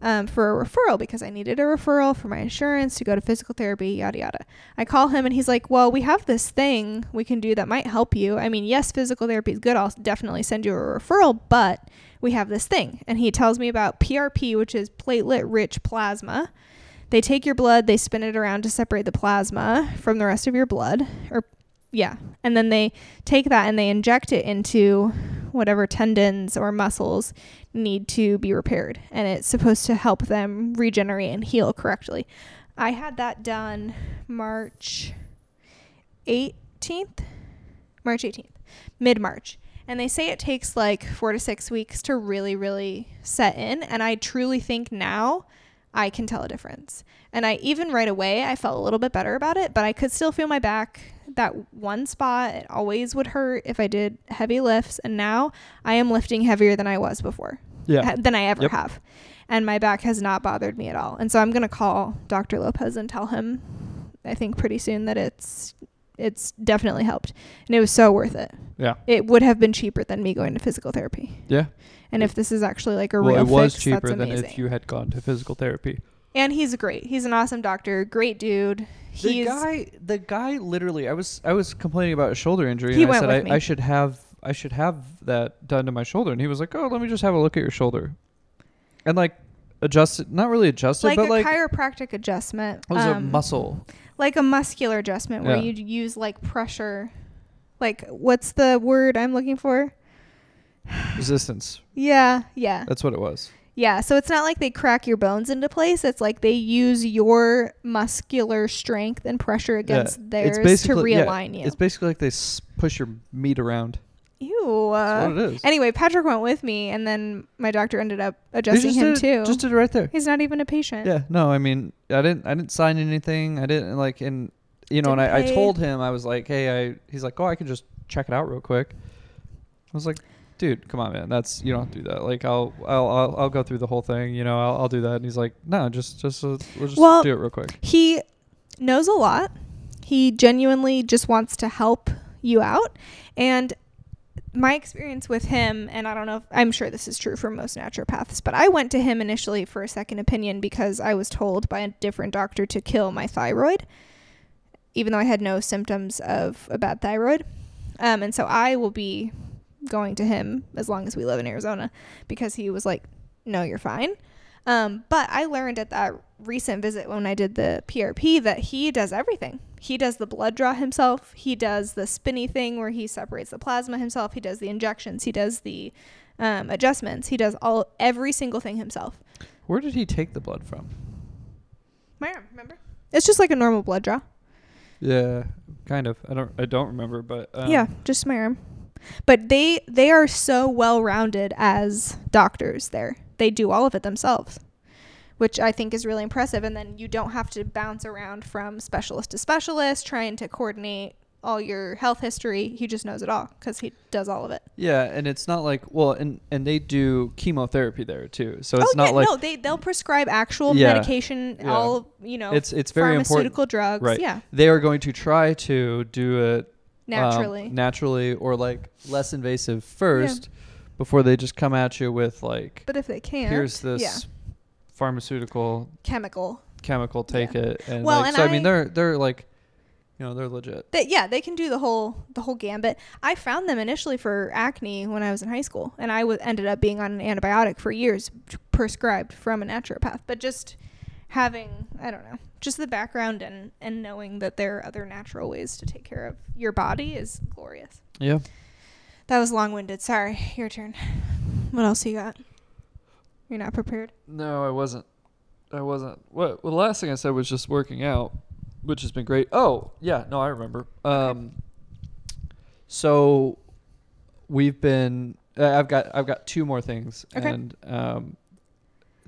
Speaker 1: um, for a referral because I needed a referral for my insurance to go to physical therapy, yada yada. I call him and he's like, Well, we have this thing we can do that might help you. I mean, yes, physical therapy is good. I'll definitely send you a referral, but we have this thing. And he tells me about PRP, which is platelet rich plasma. They take your blood, they spin it around to separate the plasma from the rest of your blood, or yeah. And then they take that and they inject it into whatever tendons or muscles need to be repaired. And it's supposed to help them regenerate and heal correctly. I had that done March 18th, March 18th, mid March. And they say it takes like four to six weeks to really, really set in. And I truly think now I can tell a difference. And I even right away, I felt a little bit better about it, but I could still feel my back. That one spot, it always would hurt if I did heavy lifts. And now I am lifting heavier than I was before
Speaker 2: Yeah.
Speaker 1: ha- than I ever
Speaker 2: Yep.
Speaker 1: have. And my back has not bothered me at all. And so I'm going to call Dr. Lopez and tell him I think pretty soon that it's it's definitely helped. And it was so worth it.
Speaker 2: Yeah.
Speaker 1: It would have been cheaper than me going to physical therapy.
Speaker 2: Yeah.
Speaker 1: And if this is actually like a
Speaker 2: Well,
Speaker 1: real
Speaker 2: it was
Speaker 1: fix,
Speaker 2: cheaper
Speaker 1: that's
Speaker 2: than
Speaker 1: amazing.
Speaker 2: if you had gone to physical therapy.
Speaker 1: and he's great. He's an awesome doctor, great dude.
Speaker 2: The
Speaker 1: He's
Speaker 2: guy, the guy, literally, I was, I was complaining about a shoulder injury,
Speaker 1: He
Speaker 2: and I
Speaker 1: went
Speaker 2: said
Speaker 1: with
Speaker 2: I,
Speaker 1: me.
Speaker 2: I should have, I should have that done to my shoulder, and he was like, "Oh, let me just have a look at your shoulder," and like adjusted, not really adjusted,
Speaker 1: like a
Speaker 2: but like Oh,
Speaker 1: chiropractic adjustment.
Speaker 2: it was a
Speaker 1: um,
Speaker 2: muscle.
Speaker 1: like a muscular adjustment where
Speaker 2: Yeah.
Speaker 1: you'd use like pressure. Like what's the word I'm looking for?
Speaker 2: resistance.
Speaker 1: Yeah, yeah.
Speaker 2: That's what it was.
Speaker 1: Yeah, so it's not like they crack your bones into place. It's like they use your muscular strength and pressure against
Speaker 2: It's
Speaker 1: theirs to
Speaker 2: basically- yeah,
Speaker 1: realign
Speaker 2: It's basically like they s- push your meat around.
Speaker 1: you. Ew.
Speaker 2: That's
Speaker 1: uh,
Speaker 2: what it is.
Speaker 1: anyway, Patrick went with me, and then my doctor ended up
Speaker 2: They
Speaker 1: adjusting
Speaker 2: just
Speaker 1: him
Speaker 2: did it-
Speaker 1: too.
Speaker 2: Just did it right there.
Speaker 1: He's not even a patient.
Speaker 2: Yeah. No, I mean, I didn't. I didn't sign anything. I didn't like, and you know, and
Speaker 1: Didn't
Speaker 2: I, I
Speaker 1: pay.
Speaker 2: told him I was like, hey, I. He's like, oh, I can just check it out real quick. I was like, dude, come on, man. That's you don't have to do that. Like, I'll, I'll, I'll, I'll go through the whole thing. You know, I'll, I'll do that. And he's like, no, just, just, uh, we'll just
Speaker 1: Well,
Speaker 2: do it real quick.
Speaker 1: He knows a lot. He genuinely just wants to help you out. And my experience with him, and I don't know if I'm sure this is true for most naturopaths, but I went to him initially for a second opinion because I was told by a different doctor to kill my thyroid, even though I had no symptoms of a bad thyroid. Um, and so I will be going to him as long as we live in Arizona because he was like, no, you're fine. Um, but I learned at that recent visit when I did the PRP that he does everything. He does the blood draw himself. He does the spinny thing where he separates the plasma himself. He does the injections. He does the um, adjustments. He does all every single thing himself.
Speaker 2: Where did he take the blood from?
Speaker 1: My arm, remember? It's just like a normal blood draw.
Speaker 2: Yeah, kind of. I don't, I don't remember, but um,
Speaker 1: yeah, just my arm. But they they are so well rounded as doctors there. They do all of it themselves, which I think is really impressive. And then you don't have to bounce around from specialist to specialist trying to coordinate all your health history. He just knows it all because he does all of it.
Speaker 2: Yeah, and it's not like well, and and they do chemotherapy there too, so it's
Speaker 1: oh
Speaker 2: not
Speaker 1: yeah,
Speaker 2: like
Speaker 1: no, they they'll prescribe actual
Speaker 2: Yeah.
Speaker 1: medication,
Speaker 2: Yeah.
Speaker 1: all you know,
Speaker 2: it's it's very important.
Speaker 1: pharmaceutical drugs,
Speaker 2: Right. Um,
Speaker 1: yeah,
Speaker 2: They are going to try to do it um,
Speaker 1: naturally.
Speaker 2: naturally, or like less invasive first, before they just come at you with like,
Speaker 1: but if they can't,
Speaker 2: here's this
Speaker 1: yeah,
Speaker 2: pharmaceutical
Speaker 1: chemical
Speaker 2: chemical, take it, and
Speaker 1: Well,
Speaker 2: like,
Speaker 1: and
Speaker 2: so I, mean
Speaker 1: I-
Speaker 2: they're they're like, you know, they're legit.
Speaker 1: That yeah, they can do the whole the whole gambit. I found them initially for acne when I was in high school, and I was ended up being on an antibiotic for years, prescribed from a naturopath. But just having I don't know just the background and and knowing that there are other natural ways to take care of your body is glorious.
Speaker 2: Yeah.
Speaker 1: That was long winded. Sorry, your turn. What else you got? You're not prepared.
Speaker 2: No, I wasn't. I wasn't. What? Well, the last thing I said was just working out, which has been great. Oh, yeah. No, I remember. Um, so we've been. uh, I've got. I've got two more things,
Speaker 1: Okay.
Speaker 2: and um,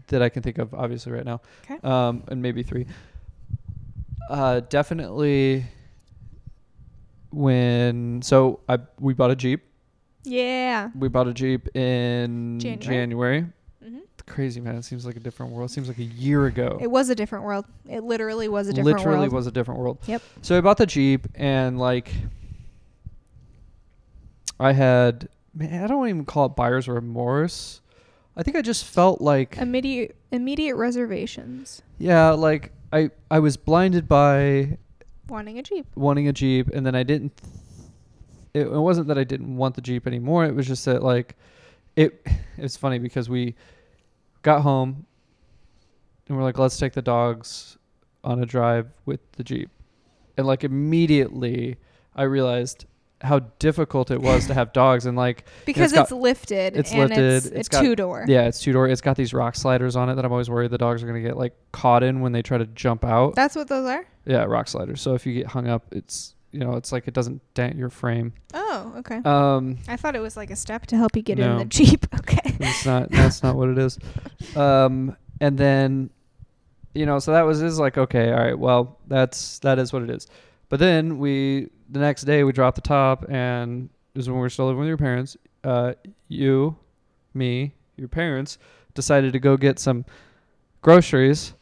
Speaker 2: that I can think of obviously right now.
Speaker 1: Okay.
Speaker 2: Um, and maybe three. Uh, definitely. When so I we bought a jeep.
Speaker 1: Yeah.
Speaker 2: We bought a jeep in
Speaker 1: January.
Speaker 2: January.
Speaker 1: hmm
Speaker 2: Crazy man, it seems like a different world. It seems like a year ago.
Speaker 1: It was a different world. It literally was a different
Speaker 2: literally
Speaker 1: world.
Speaker 2: was a different world.
Speaker 1: Yep.
Speaker 2: So I bought the Jeep and like I had man, I don't even call it buyer's remorse. I think I just felt like
Speaker 1: Immediate immediate reservations.
Speaker 2: yeah, like I I was blinded by
Speaker 1: Wanting a jeep.
Speaker 2: wanting a Jeep and then I didn't it, it wasn't that I didn't want the Jeep anymore. It was just that like it it's funny because we got home and we're like let's take the dogs on a drive with the Jeep. And like immediately I realized how difficult it was to have dogs and like
Speaker 1: Because
Speaker 2: got-
Speaker 1: it's, lifted
Speaker 2: it's
Speaker 1: and it's,
Speaker 2: lifted, it's
Speaker 1: a
Speaker 2: got-
Speaker 1: two door.
Speaker 2: yeah, it's two door. It's got these rock sliders on it that I'm always worried the dogs are going to get like caught in when they try to jump out.
Speaker 1: That's what those are?
Speaker 2: yeah, rock sliders. So if you get hung up, it's you know, it's like it doesn't dent your frame.
Speaker 1: Oh, okay.
Speaker 2: Um,
Speaker 1: I thought it was like a step to help you get in
Speaker 2: No.
Speaker 1: the Jeep. Okay.
Speaker 2: it's not. That's not what it is. Um, and then, you know, so that was is like okay, all right. Well, that's that is what it is. But then we the next day we dropped the top, and this is when we were still living with your parents. Uh, you, me, your parents decided to go get some groceries,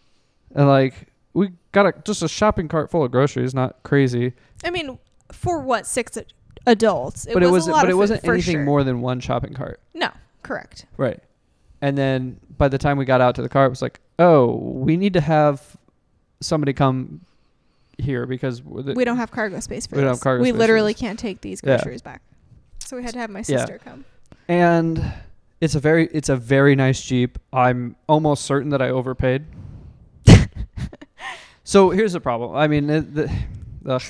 Speaker 2: and like we got a, just a shopping cart full of groceries. Not crazy,
Speaker 1: I mean, for what, six ad- adults?
Speaker 2: but it
Speaker 1: was a
Speaker 2: wasn't.
Speaker 1: lot
Speaker 2: But
Speaker 1: of
Speaker 2: it
Speaker 1: food,
Speaker 2: wasn't
Speaker 1: for
Speaker 2: anything
Speaker 1: sure.
Speaker 2: more than one shopping cart.
Speaker 1: No, correct.
Speaker 2: Right. And then by the time we got out to the car, it was like, oh, we need to have somebody come here because we're the-
Speaker 1: we don't have cargo space for
Speaker 2: We
Speaker 1: this.
Speaker 2: don't have cargo
Speaker 1: we
Speaker 2: space for
Speaker 1: literally
Speaker 2: this.
Speaker 1: can't take these
Speaker 2: Yeah.
Speaker 1: groceries back. So we had to have my
Speaker 2: Yeah.
Speaker 1: sister come.
Speaker 2: And it's a very it's a very nice Jeep. I'm almost certain that I overpaid. so here's the problem. I mean, it, the, ugh.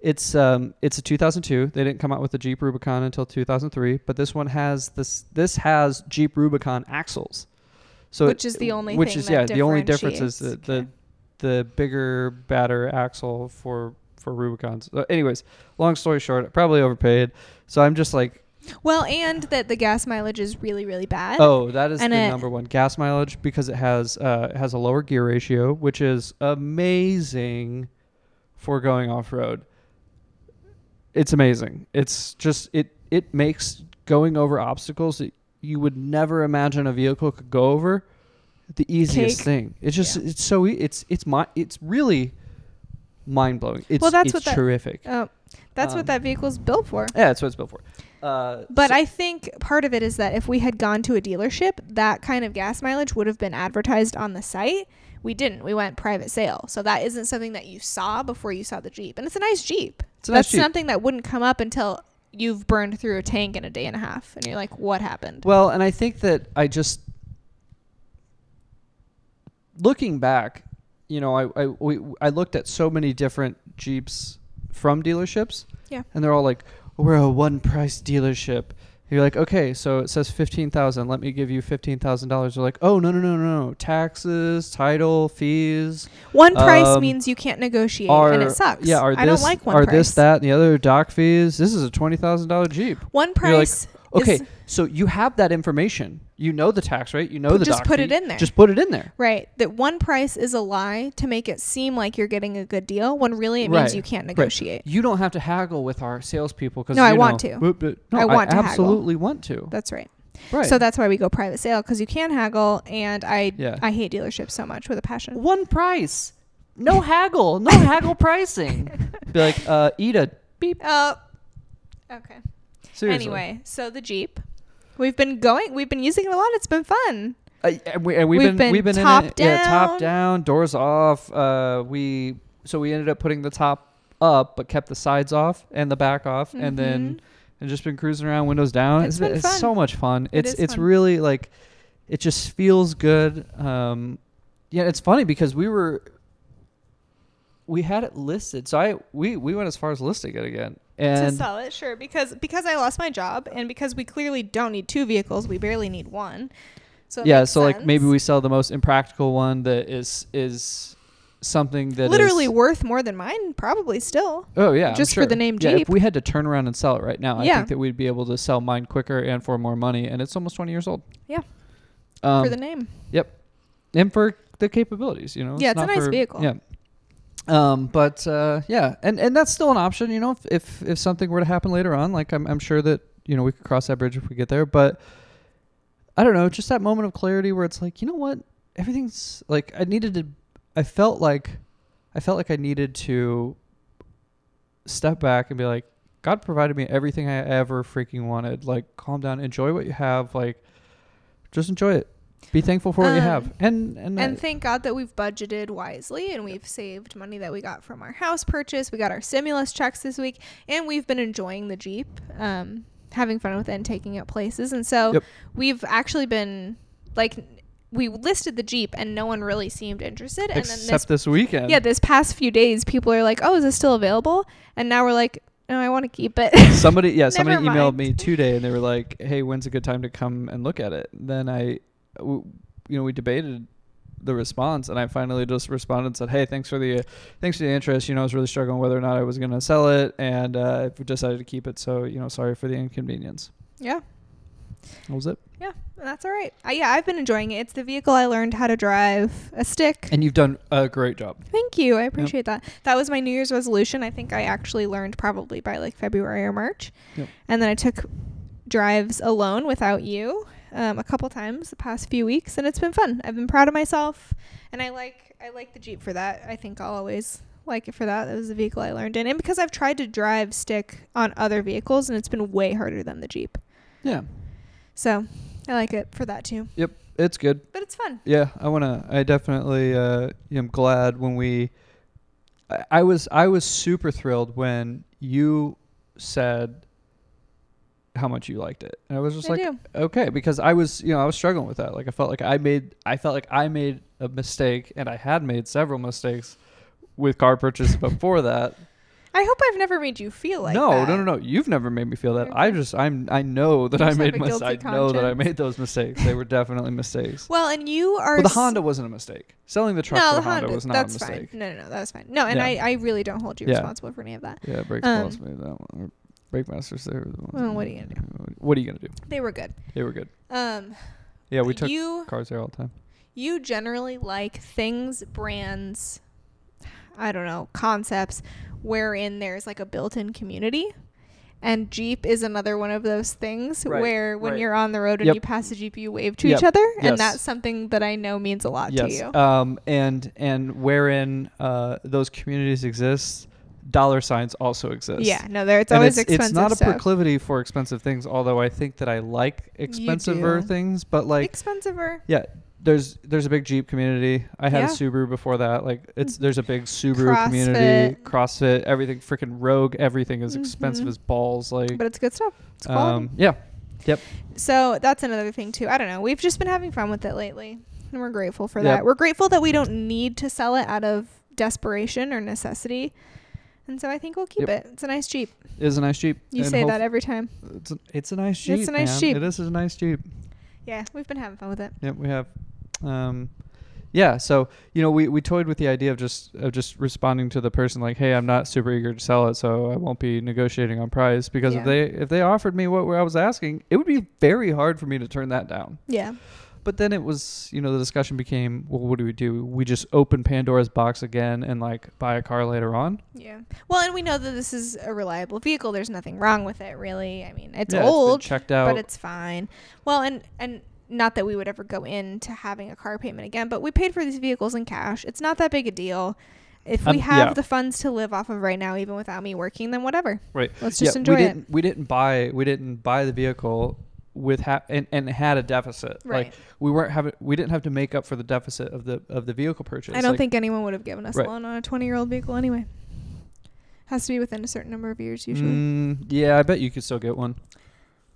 Speaker 2: it's um it's a 2002. They didn't come out with the Jeep Rubicon until 2003, but this one has this this has Jeep Rubicon axles. So
Speaker 1: Which is the only
Speaker 2: which
Speaker 1: thing
Speaker 2: is
Speaker 1: that
Speaker 2: yeah the only difference is the,
Speaker 1: differentiates.
Speaker 2: the
Speaker 1: Okay.
Speaker 2: the bigger batter axle for for Rubicons. Uh, anyways, long story short, I probably overpaid. So I'm just like
Speaker 1: Well, and that the gas mileage is really, really bad.
Speaker 2: Oh, that is the
Speaker 1: and it-
Speaker 2: number one gas mileage because it has uh, it has a lower gear ratio, which is amazing for going off road. It's amazing. It's just it it makes going over obstacles that you would never imagine a vehicle could go over the easiest
Speaker 1: Cake.
Speaker 2: thing. It's just
Speaker 1: Yeah.
Speaker 2: it's so e- it's it's my it's really mind blowing. It's
Speaker 1: Well, that's
Speaker 2: it's
Speaker 1: what that-
Speaker 2: terrific.
Speaker 1: Oh, that's
Speaker 2: Um,
Speaker 1: what that vehicle's built for.
Speaker 2: yeah, that's what it's built for. Uh,
Speaker 1: But
Speaker 2: so-
Speaker 1: I think part of it is that if we had gone to a dealership, that kind of gas mileage would have been advertised on the site. We didn't. We went private sale. So that isn't something that you saw before you saw the Jeep. And it's a nice Jeep.
Speaker 2: It's a nice
Speaker 1: That's
Speaker 2: Jeep.
Speaker 1: something that wouldn't come up until you've burned through a tank in a day and a half. And you're like, what happened?
Speaker 2: Well, and I think that I just looking back, you know, I I we, I looked at so many different Jeeps from dealerships.
Speaker 1: Yeah.
Speaker 2: And they're all like, "We're a one-price dealership." You're like, "Okay, so it says 15,000. Let me give you $15,000." They're like, "Oh, no, no, no, no, no. Taxes, title, fees."
Speaker 1: One price
Speaker 2: um,
Speaker 1: means you can't negotiate.
Speaker 2: Are,
Speaker 1: and it sucks.
Speaker 2: Yeah, are
Speaker 1: I
Speaker 2: this,
Speaker 1: don't like one
Speaker 2: Are
Speaker 1: price.
Speaker 2: this, that, and the other doc fees? This is a $20,000 Jeep.
Speaker 1: One
Speaker 2: You're like,
Speaker 1: price.
Speaker 2: Okay,
Speaker 1: is-
Speaker 2: so you have that information. You know the tax rate. You know
Speaker 1: Put-
Speaker 2: the
Speaker 1: just
Speaker 2: doc
Speaker 1: put
Speaker 2: fee.
Speaker 1: it in there.
Speaker 2: Just put it in there.
Speaker 1: Right. That one price is a lie to make it seem like you're getting a good deal when really it means
Speaker 2: Right.
Speaker 1: you can't
Speaker 2: Right.
Speaker 1: negotiate.
Speaker 2: You don't have to haggle with our salespeople because
Speaker 1: Eh. No, I want to.
Speaker 2: no,
Speaker 1: I want to haggle.
Speaker 2: absolutely want to.
Speaker 1: That's right.
Speaker 2: right.
Speaker 1: So that's why we go private sale because you can haggle, and I
Speaker 2: Yeah.
Speaker 1: I hate dealerships so much with a passion.
Speaker 2: one price, no haggle, no haggle pricing. Be like, uh, eat a beep.
Speaker 1: Oh, okay.
Speaker 2: Seriously.
Speaker 1: Anyway, so the Jeep, we've been going, we've been using it a lot. It's been fun.
Speaker 2: Uh, and we, and we've,
Speaker 1: We've
Speaker 2: been,
Speaker 1: been
Speaker 2: we've been
Speaker 1: top
Speaker 2: in it, yeah, top
Speaker 1: down.
Speaker 2: down, doors off. Uh, we so we ended up putting the top up, but kept the sides off and the back off, and then and just been cruising around, windows down.
Speaker 1: Mm-hmm. It's
Speaker 2: been-
Speaker 1: been
Speaker 2: it's so
Speaker 1: fun.
Speaker 2: much fun.
Speaker 1: It
Speaker 2: it's
Speaker 1: is
Speaker 2: it's
Speaker 1: fun.
Speaker 2: really like it just feels good. Um, yeah, it's funny because we were we had it listed. So I we we went as far as listing it again.
Speaker 1: to
Speaker 2: And
Speaker 1: sell it, sure, because because I lost my job and because we clearly don't need two vehicles, we barely need one. So it
Speaker 2: yeah,
Speaker 1: makes
Speaker 2: so like maybe
Speaker 1: sense.
Speaker 2: we sell the most impractical one that is is something that is-
Speaker 1: literally worth more than mine, probably still.
Speaker 2: Oh yeah, I'm
Speaker 1: just for
Speaker 2: sure.
Speaker 1: the name
Speaker 2: Yeah, if
Speaker 1: Jeep.
Speaker 2: we had to turn around and sell it right now, I
Speaker 1: Yeah.
Speaker 2: think that we'd be able to sell mine quicker and for more money. And it's almost 20 years old.
Speaker 1: Yeah.
Speaker 2: Um,
Speaker 1: for the name.
Speaker 2: Yep. And for the capabilities, you know.
Speaker 1: Yeah, it's a
Speaker 2: not
Speaker 1: nice
Speaker 2: for-
Speaker 1: vehicle.
Speaker 2: Yeah. Um, but uh, yeah, and and that's still an option, you know. If, if if something were to happen later on, like I'm I'm sure that you know we could cross that bridge if we get there. But I don't know, just that moment of clarity where it's like, you know what, everything's like I needed to. I felt like I felt like I needed to step back and be like, God provided me everything I ever freaking wanted. Like, calm down, enjoy what you have. Like, just enjoy it. Be thankful for what you
Speaker 1: Um,
Speaker 2: have. And and,
Speaker 1: And
Speaker 2: I-
Speaker 1: thank God that we've budgeted wisely and we've saved money that we got from our house purchase. We got our stimulus checks this week and we've been enjoying the Jeep, um, having fun with it and taking it places. And so
Speaker 2: Yep.
Speaker 1: we've actually been like, we listed the Jeep and no one really seemed interested. And then this
Speaker 2: except this weekend.
Speaker 1: yeah, this past few days, people are like, "Oh, is this still available?" And now we're like, "No, I want to keep it."
Speaker 2: somebody yeah
Speaker 1: Never
Speaker 2: somebody emailed
Speaker 1: mind.
Speaker 2: me today and they were like hey when's a good time to come and look at it then i w- you know we debated the response and i finally just responded and said hey thanks for the thanks for the interest you know i was really struggling whether or not i was going to sell it and uh, i decided to keep it so you know sorry for the inconvenience
Speaker 1: yeah,
Speaker 2: that was it
Speaker 1: yeah, that's all right. Uh, yeah, I've been enjoying it. It's the vehicle I learned how to drive a stick.
Speaker 2: and you've done a great job
Speaker 1: Thank you. I appreciate that. That was my New Year's resolution. I think I actually learned probably by like February or March.
Speaker 2: Yep.
Speaker 1: And then I took drives alone without you um, a couple times the past few weeks, and it's been fun. I've been proud of myself, and I like I like the Jeep for that. I think I'll always like it for that. That was the vehicle I learned in, and because I've tried to drive stick on other vehicles, and it's been way harder than the Jeep.
Speaker 2: yeah
Speaker 1: So I like it for that too.
Speaker 2: yep it's good
Speaker 1: But it's fun.
Speaker 2: Yeah, I wanna. I definitely uh, am glad when we. I, I was I was super thrilled when you said how much you liked it, and I was just
Speaker 1: I
Speaker 2: like,
Speaker 1: do.
Speaker 2: okay, because I was you know I was struggling with that. Like I felt like I made I felt like I made a mistake, and I had made several mistakes with car purchases before that.
Speaker 1: I hope I've never made you feel like
Speaker 2: no,
Speaker 1: that.
Speaker 2: no, no, no. You've never made me feel that. I
Speaker 1: Okay.
Speaker 2: just I'm I know that
Speaker 1: You
Speaker 2: I
Speaker 1: just have
Speaker 2: made
Speaker 1: a
Speaker 2: mis-
Speaker 1: guilty
Speaker 2: I know that I
Speaker 1: conscience.
Speaker 2: made those mistakes. They were definitely mistakes.
Speaker 1: Well, and you are
Speaker 2: Well, the
Speaker 1: s-
Speaker 2: Honda wasn't a mistake. Selling the truck for the Honda, was not a
Speaker 1: that's
Speaker 2: mistake.
Speaker 1: Fine. No, no, no, that's fine. No, and
Speaker 2: Yeah.
Speaker 1: I, I really don't hold you
Speaker 2: Yeah.
Speaker 1: responsible for any of that.
Speaker 2: Yeah, brake
Speaker 1: Um,
Speaker 2: balls made that one. Or brake masters, they were the ones.
Speaker 1: Well,
Speaker 2: that
Speaker 1: what are
Speaker 2: made
Speaker 1: you gonna
Speaker 2: that. What are you gonna do?
Speaker 1: They were good.
Speaker 2: They were good.
Speaker 1: Um,
Speaker 2: Yeah, we took
Speaker 1: you.
Speaker 2: cars there all the time.
Speaker 1: You generally like things, brands, I don't know, concepts wherein there's like a built-in community. And Jeep is another one of those things
Speaker 2: Right,
Speaker 1: where when
Speaker 2: right.
Speaker 1: you're on the road and
Speaker 2: Yep.
Speaker 1: you pass a Jeep, you wave to
Speaker 2: Yep,
Speaker 1: each other,
Speaker 2: yes.
Speaker 1: and that's something that I know means a lot to
Speaker 2: Yes.
Speaker 1: you.
Speaker 2: Um, and and wherein uh, those communities exist, dollar signs also exist.
Speaker 1: yeah, no, there it's
Speaker 2: And
Speaker 1: always
Speaker 2: it's,
Speaker 1: expensive
Speaker 2: it's not a
Speaker 1: stuff.
Speaker 2: proclivity for expensive things, although I think that I like expensiver
Speaker 1: do.
Speaker 2: things. But like,
Speaker 1: Expensiver.
Speaker 2: yeah, there's there's a big Jeep community. I had a
Speaker 1: Yeah.
Speaker 2: Subaru before that. Like, it's there's a big Subaru community,
Speaker 1: CrossFit.
Speaker 2: CrossFit, everything freaking rogue, everything is expensive
Speaker 1: Mhm.
Speaker 2: as balls. Like,
Speaker 1: But it's good stuff. It's quality.
Speaker 2: um, yeah, yep.
Speaker 1: So that's another thing too. I don't know. We've just been having fun with it lately, and we're grateful for
Speaker 2: Yeah.
Speaker 1: that. We're grateful that we don't need to sell it out of desperation or necessity, and so I think we'll keep
Speaker 2: Yep.
Speaker 1: it. It's a nice Jeep.
Speaker 2: It is a nice Jeep.
Speaker 1: You
Speaker 2: and
Speaker 1: say
Speaker 2: hope-
Speaker 1: that every time.
Speaker 2: It's a, it's a nice Jeep.
Speaker 1: It's a nice
Speaker 2: man.
Speaker 1: Jeep.
Speaker 2: It is a nice Jeep.
Speaker 1: Yeah, we've been having fun with it.
Speaker 2: Yep, we have. Um, yeah, so you know, we, we toyed with the idea of just of just responding to the person like, hey, I'm not super eager to sell it, so I won't be negotiating on price because if
Speaker 1: Yeah.
Speaker 2: they if they offered me what I was asking, it would be very hard for me to turn that down.
Speaker 1: Yeah,
Speaker 2: But then it was, you know, the discussion became, well, what do we do? We just open Pandora's box again and like buy a car later on.
Speaker 1: yeah. Well, and we know that this is a reliable vehicle. There's nothing wrong with it, really. I mean, it's
Speaker 2: Yeah, been
Speaker 1: old,
Speaker 2: checked out.
Speaker 1: but it's fine. Well, and and not that we would ever go into having a car payment again, but we paid for these vehicles in cash. It's not that big a deal. If we
Speaker 2: Um,
Speaker 1: have
Speaker 2: yeah.
Speaker 1: the funds to live off of right now, even without me working, then whatever.
Speaker 2: Right.
Speaker 1: Let's just
Speaker 2: yeah,
Speaker 1: enjoy
Speaker 2: we
Speaker 1: it.
Speaker 2: Didn't, we didn't buy we didn't buy the vehicle with ha- and, and had a deficit.
Speaker 1: Right.
Speaker 2: Like we weren't having we didn't have to make up for the deficit of the of the vehicle purchase.
Speaker 1: I don't
Speaker 2: Like,
Speaker 1: think anyone would have given us
Speaker 2: Right.
Speaker 1: a loan on a 20 year old vehicle anyway. Has to be within a certain number of years, usually.
Speaker 2: mm, yeah, I bet you could still get one.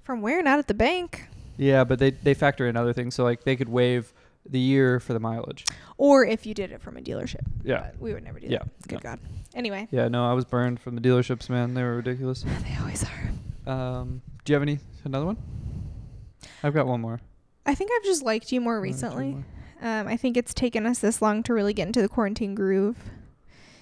Speaker 1: From where? Not at the bank.
Speaker 2: Yeah, but they they factor in other things. So like they could waive the year for the mileage.
Speaker 1: Or if you did it from a dealership.
Speaker 2: Yeah.
Speaker 1: But we would never do
Speaker 2: Yeah,
Speaker 1: that. Good
Speaker 2: no.
Speaker 1: God. Anyway,
Speaker 2: Yeah, no, I was burned from the dealerships, man. They were ridiculous.
Speaker 1: they always are.
Speaker 2: Um, do you have any another one? I've got one more.
Speaker 1: I think I've just liked you more
Speaker 2: One or two
Speaker 1: recently.
Speaker 2: more.
Speaker 1: Um, I think it's taken us this long to really get into the quarantine groove.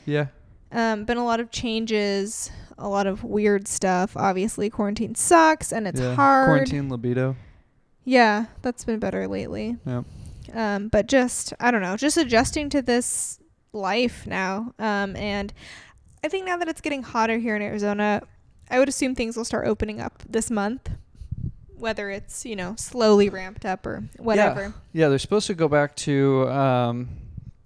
Speaker 2: Yeah.
Speaker 1: Um, been a lot of changes, a lot of weird stuff. Obviously, quarantine sucks and it's
Speaker 2: yeah.
Speaker 1: hard.
Speaker 2: Quarantine libido.
Speaker 1: Yeah, that's been better lately.
Speaker 2: Yep.
Speaker 1: Um, but just I don't know, just adjusting to this life now. Um, and I think now that it's getting hotter here in Arizona, I would assume things will start opening up this month, whether it's you know slowly ramped up or whatever.
Speaker 2: Yeah, they're supposed to go back to um,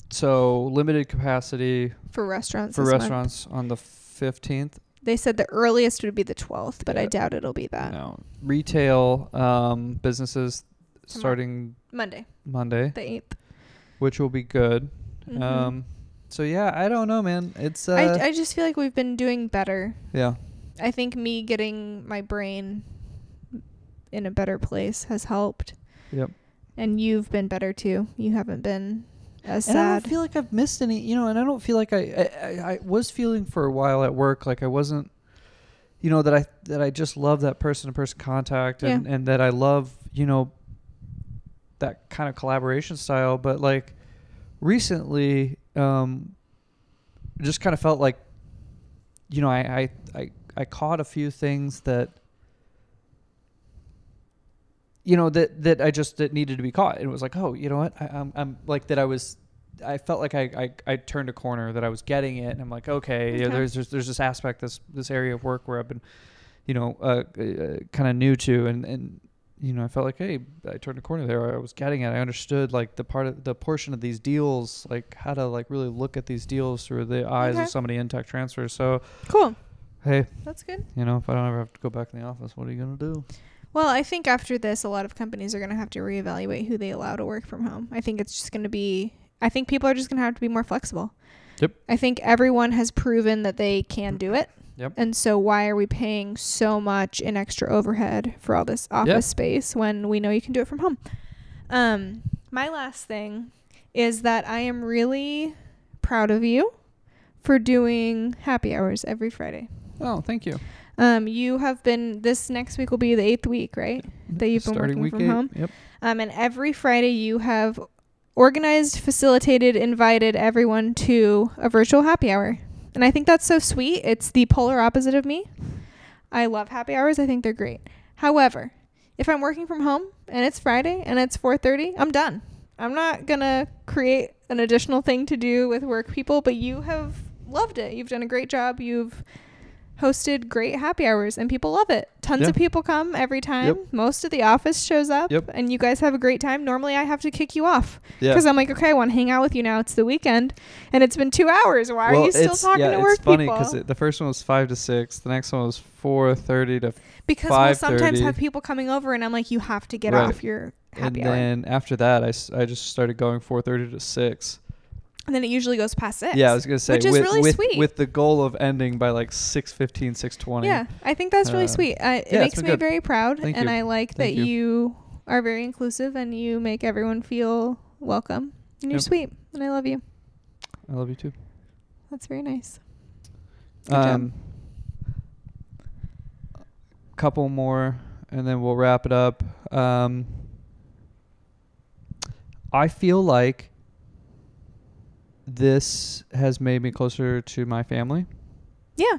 Speaker 2: so limited capacity
Speaker 1: for restaurants.
Speaker 2: for
Speaker 1: this month.
Speaker 2: restaurants on the fifteenth.
Speaker 1: they said the earliest would be the twelfth, but I
Speaker 2: Yeah.
Speaker 1: doubt it'll be that
Speaker 2: No, retail um, businesses
Speaker 1: Tomorrow.
Speaker 2: starting
Speaker 1: Monday,
Speaker 2: Monday,
Speaker 1: the 8th
Speaker 2: which will be good.
Speaker 1: Mhm.
Speaker 2: Um, so yeah, I don't know, man. It's uh,
Speaker 1: I, I just feel like we've been doing better.
Speaker 2: yeah,
Speaker 1: I think me getting my brain in a better place has helped.
Speaker 2: yep.
Speaker 1: And you've been better too. You haven't been as
Speaker 2: And I
Speaker 1: sad.
Speaker 2: don't feel like I've missed any, you know, and I don't feel like I, I, I, I was feeling for a while at work like I wasn't, you know, that I that I just love that person to person contact and and that I love, you know, that kind of collaboration style. But like recently, um, it just kind of felt like, you know, I I I, I caught a few things that you know that that I just that needed to be caught. And it was like, oh, you know what? I, I'm I'm like that. I was, I felt like I, I I turned a corner that I was getting it, and I'm like, okay, yeah,
Speaker 1: Okay.
Speaker 2: there's, there's there's this aspect this this area of work where I've been, you know, uh, uh, kind of new to, and and you know, I felt like, hey, I turned a corner there. I was getting it. I understood like the part of the portion of these deals, like how to like really look at these deals through the eyes
Speaker 1: Okay.
Speaker 2: of somebody in tech transfer. So
Speaker 1: cool.
Speaker 2: hey,
Speaker 1: That's good.
Speaker 2: you know, if I don't ever have to go back in the office, what are you gonna do?
Speaker 1: Well, I think after this, a lot of companies are going to have to reevaluate who they allow to work from home. I think it's just going to be, I think people are just going to have to be more flexible.
Speaker 2: Yep.
Speaker 1: I think everyone has proven that they can do it.
Speaker 2: Yep.
Speaker 1: And so, why are we paying so much in extra overhead for all this office
Speaker 2: Yeah.
Speaker 1: space when we know you can do it from home? Um, my last thing is that I am really proud of you for doing happy hours every Friday.
Speaker 2: Oh, thank you.
Speaker 1: Um, you have been this next week will be the eighth week, right? That you've been
Speaker 2: Starting
Speaker 1: working
Speaker 2: week
Speaker 1: from
Speaker 2: eight.
Speaker 1: home.
Speaker 2: Yep.
Speaker 1: Um, and every Friday you have organized, facilitated, invited everyone to a virtual happy hour. And I think that's so sweet. It's the polar opposite of me. I love happy hours. I think they're great. However, if I'm working from home and it's Friday and it's 4:30, I'm done. I'm not going to create an additional thing to do with work people, but you have loved it. You've done a great job. You've hosted great happy hours and people love it. Tons
Speaker 2: Yeah.
Speaker 1: of people come every time.
Speaker 2: Yep.
Speaker 1: Most of the office shows up
Speaker 2: Yep.
Speaker 1: and you guys have a great time. Normally I have to kick you off
Speaker 2: Yeah.
Speaker 1: because I'm like, okay, I want to hang out with you now. It's the weekend and it's been two hours. Why are you still
Speaker 2: it's-
Speaker 1: talking
Speaker 2: yeah,
Speaker 1: to work
Speaker 2: it's funny
Speaker 1: people?
Speaker 2: because the first one was five to six, the next one was four thirty to, f-
Speaker 1: because we'll
Speaker 2: 5:30.
Speaker 1: sometimes have people coming over and I'm like, you have to get
Speaker 2: Right.
Speaker 1: off your
Speaker 2: and
Speaker 1: happy hour.
Speaker 2: then after that, I, s- I just started going four thirty to six.
Speaker 1: and then it usually goes past six.
Speaker 2: Yeah, I was gonna say
Speaker 1: Which is
Speaker 2: with
Speaker 1: really
Speaker 2: with,
Speaker 1: sweet.
Speaker 2: with the goal of ending by like six fifteen, six twenty.
Speaker 1: Yeah, I think that's really
Speaker 2: Uh,
Speaker 1: sweet. I, it
Speaker 2: yeah, it's
Speaker 1: makes
Speaker 2: been
Speaker 1: me
Speaker 2: good.
Speaker 1: very proud,
Speaker 2: Thank
Speaker 1: and
Speaker 2: you.
Speaker 1: I like
Speaker 2: Thank
Speaker 1: that
Speaker 2: you.
Speaker 1: you. are very inclusive and you make everyone feel welcome. And you're
Speaker 2: Yep.
Speaker 1: sweet, and I love you.
Speaker 2: I love you too.
Speaker 1: That's very nice. Good job.
Speaker 2: Um, couple more, and then we'll wrap it up. Um, I feel like this has made me closer to my family.
Speaker 1: Yeah,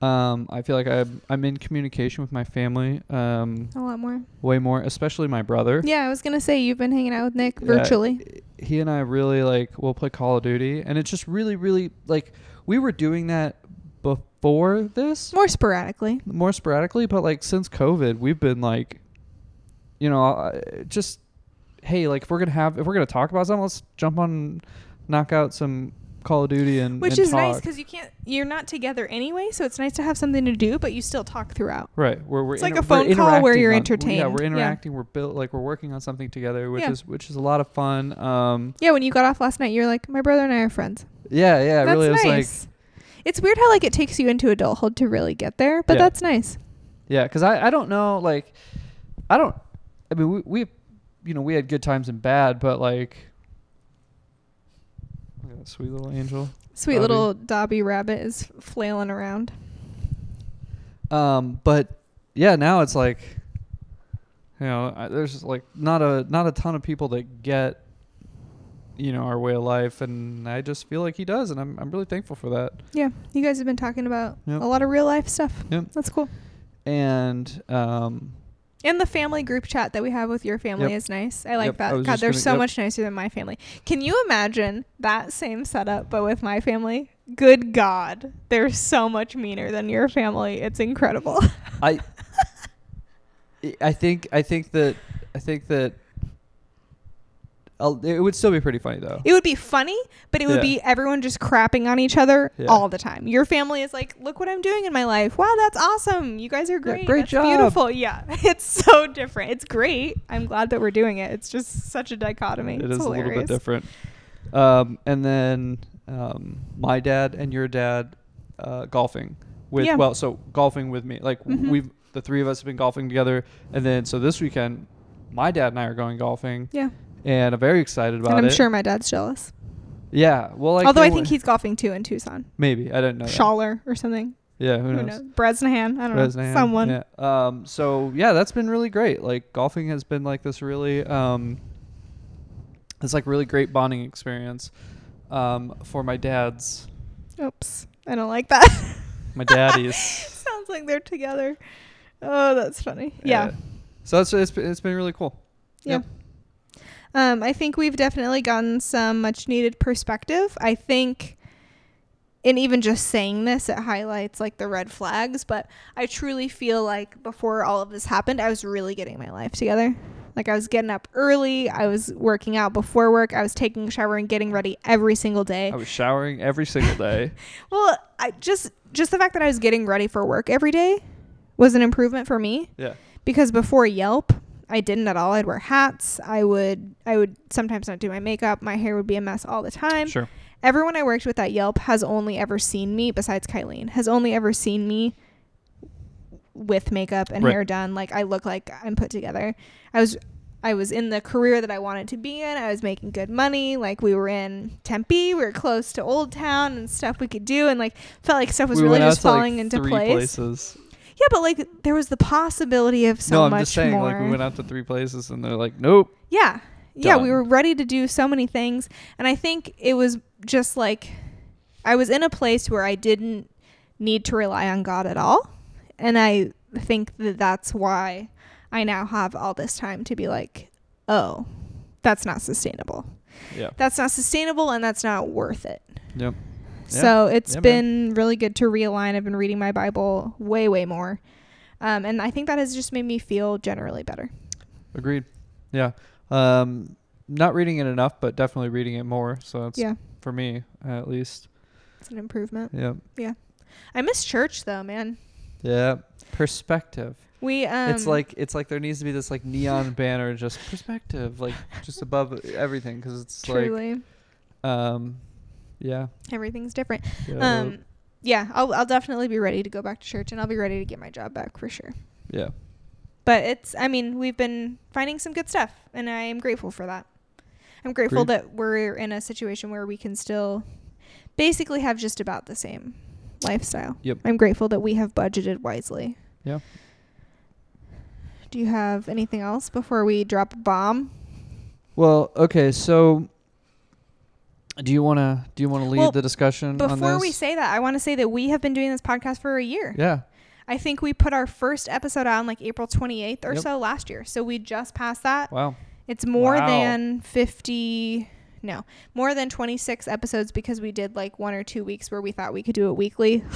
Speaker 2: Um, I feel like I'm I'm in communication with my family um,
Speaker 1: a lot more.
Speaker 2: way more, especially my brother.
Speaker 1: Yeah, I was gonna say you've been hanging out with Nick
Speaker 2: Yeah.
Speaker 1: virtually.
Speaker 2: He and I really like will play Call of Duty, and it's just really, really like we were doing that before this
Speaker 1: More sporadically.
Speaker 2: more sporadically, but like since COVID, we've been like, you know, I- just hey, like if we're gonna have if we're gonna talk about something, let's jump on, knock out some Call of Duty and
Speaker 1: Which
Speaker 2: and
Speaker 1: is nice
Speaker 2: talk.
Speaker 1: because you can't you're not together anyway, so it's nice to have something to do, but you still talk throughout.
Speaker 2: Right, where we're
Speaker 1: It's like
Speaker 2: inter-
Speaker 1: a phone
Speaker 2: we're
Speaker 1: call where
Speaker 2: interacting
Speaker 1: you're
Speaker 2: on- Yeah,
Speaker 1: entertained.
Speaker 2: we're
Speaker 1: Yeah.
Speaker 2: interacting. We're built like we're working on something together, which
Speaker 1: Yeah.
Speaker 2: is which is a lot of fun. Um,
Speaker 1: Yeah, when you got off last night, you were like, my brother and I are friends.
Speaker 2: yeah, yeah, it
Speaker 1: that's
Speaker 2: really
Speaker 1: nice.
Speaker 2: is like
Speaker 1: it's weird how like it takes you into adulthood to really get there, but
Speaker 2: Yeah.
Speaker 1: that's nice.
Speaker 2: yeah, because I I don't know like, I don't, I mean we we you know, we had good times and bad, but like, look at that sweet little angel.
Speaker 1: Sweet
Speaker 2: Dobby.
Speaker 1: little Dobby rabbit is flailing around.
Speaker 2: Um, but yeah, now it's like, you know, I, there's like not a not a ton of people that get, you know, our way of life, and I just feel like he does, and I'm I'm really thankful for that.
Speaker 1: Yeah, you guys have been talking about
Speaker 2: Yep.
Speaker 1: a lot of real life stuff.
Speaker 2: Yep.
Speaker 1: That's cool.
Speaker 2: And um,
Speaker 1: And the family group chat that we have with your family
Speaker 2: Yep.
Speaker 1: is nice. I like
Speaker 2: Yep, I
Speaker 1: that.
Speaker 2: was
Speaker 1: God,
Speaker 2: just
Speaker 1: they're
Speaker 2: gonna-
Speaker 1: so
Speaker 2: yep.
Speaker 1: much nicer than my family. Can you imagine that same setup but with my family? Good God, they're so much meaner than your family. It's incredible.
Speaker 2: I I- I think I think that I think that I'll, it would still be pretty funny though.
Speaker 1: It would be funny, but it would
Speaker 2: Yeah.
Speaker 1: be everyone just crapping on each other
Speaker 2: Yeah.
Speaker 1: all the time. Your family is like, "Look what I'm doing in my life! Wow, that's awesome! You guys are great.
Speaker 2: great
Speaker 1: That's
Speaker 2: job."
Speaker 1: Beautiful. Yeah, it's so different. It's great. I'm glad that we're doing it. It's just such a dichotomy.
Speaker 2: It
Speaker 1: it's
Speaker 2: is
Speaker 1: hilarious.
Speaker 2: a little bit different. Um, and then um, my dad and your dad uh, golfing with
Speaker 1: Yeah.
Speaker 2: well, so golfing with me. Like
Speaker 1: Mhm.
Speaker 2: we've the three of us have been golfing together, and then so this weekend, my dad and I are going golfing,
Speaker 1: Yeah,
Speaker 2: and I'm very excited about
Speaker 1: and I'm
Speaker 2: it.
Speaker 1: sure my dad's jealous.
Speaker 2: Yeah. Well, like
Speaker 1: Although
Speaker 2: they
Speaker 1: I think
Speaker 2: wa-
Speaker 1: he's golfing too in Tucson,
Speaker 2: maybe I don't know. that.
Speaker 1: Schaller or something.
Speaker 2: Yeah. Who
Speaker 1: Who
Speaker 2: knows?
Speaker 1: knows? Bresnahan. I don't know.
Speaker 2: Bresnahan,
Speaker 1: Someone.
Speaker 2: yeah. Um, so yeah, that's been really great. Like golfing has been like this really, um, it's like really great bonding experience um, for my dad's,
Speaker 1: Oops, I don't like that.
Speaker 2: my daddy's.
Speaker 1: Sounds like they're together. Oh, that's funny. Yeah.
Speaker 2: Uh, so that's it's, it's been really cool.
Speaker 1: Yeah. Um, I think we've definitely gotten some much needed perspective. I think, and even just saying this, it highlights like the red flags, but I truly feel like before all of this happened, I was really getting my life together. Like I was getting up early, I was working out before work, I was taking a shower and getting ready every single day.
Speaker 2: I was showering every single day.
Speaker 1: Well, I just just the fact that I was getting ready for work every day was an improvement for me
Speaker 2: yeah.
Speaker 1: because before Yelp, I didn't at all. I'd wear hats. I would I would sometimes not do my makeup. My hair would be a mess all the time.
Speaker 2: Sure.
Speaker 1: Everyone I worked with at Yelp has only ever seen me besides Kylene has only ever seen me with makeup and
Speaker 2: Right.
Speaker 1: hair done. Like I look like I'm put together. I was I was in the career that I wanted to be in. I was making good money. Like we were in Tempe, we were close to Old Town and stuff we could do and like felt like stuff was
Speaker 2: We
Speaker 1: really
Speaker 2: went out
Speaker 1: just
Speaker 2: to, like,
Speaker 1: falling into
Speaker 2: three
Speaker 1: place.
Speaker 2: places.
Speaker 1: Yeah, but like there was the possibility of so
Speaker 2: no, I'm
Speaker 1: much
Speaker 2: just saying.
Speaker 1: more.
Speaker 2: Like we went out to three places, and they're like, nope.
Speaker 1: yeah. Yeah, we
Speaker 2: Done.
Speaker 1: were ready to do so many things and I think it was just like I was in a place where I didn't need to rely on God at all. And I think that that's why I now have all this time to be like, "Oh, that's not sustainable.
Speaker 2: Yeah.
Speaker 1: That's not sustainable and that's not worth it."
Speaker 2: Yep. Yeah.
Speaker 1: So it's
Speaker 2: Yeah, man.
Speaker 1: been really good to realign. I've been reading my Bible way, way more. Um, and I think that has just made me feel generally better.
Speaker 2: Agreed. Yeah. Um, not reading it enough, but definitely reading it more. So that's
Speaker 1: Yeah.
Speaker 2: for me at least.
Speaker 1: It's an improvement.
Speaker 2: Yeah.
Speaker 1: I miss church though, man.
Speaker 2: Yeah. Perspective.
Speaker 1: We um
Speaker 2: it's like it's like there needs to be this like neon banner just perspective like just above everything cuz it's
Speaker 1: truly
Speaker 2: like um yeah.
Speaker 1: everything's different.
Speaker 2: Yeah.
Speaker 1: um yeah, I'll I'll definitely be ready to go back to church and I'll be ready to get my job back for sure.
Speaker 2: yeah.
Speaker 1: But it's I mean, we've been finding some good stuff and I am grateful for that. I'm grateful
Speaker 2: Agreed.
Speaker 1: that we're in a situation where we can still basically have just about the same lifestyle.
Speaker 2: Yep.
Speaker 1: I'm grateful that we have budgeted wisely.
Speaker 2: Yeah.
Speaker 1: Do you have anything else before we drop a bomb?
Speaker 2: Well, okay, so do you want to do you want to lead
Speaker 1: Well,
Speaker 2: the discussion on
Speaker 1: Before
Speaker 2: this?
Speaker 1: we say that, I want to say that we have been doing this podcast for a year.
Speaker 2: Yeah.
Speaker 1: I think we put our first episode out on like April 28th or
Speaker 2: Yep.
Speaker 1: so last year. So we just passed that.
Speaker 2: Wow.
Speaker 1: It's more
Speaker 2: Wow.
Speaker 1: than 50 no, more than 26 episodes because we did like one or two weeks where we thought we could do it weekly.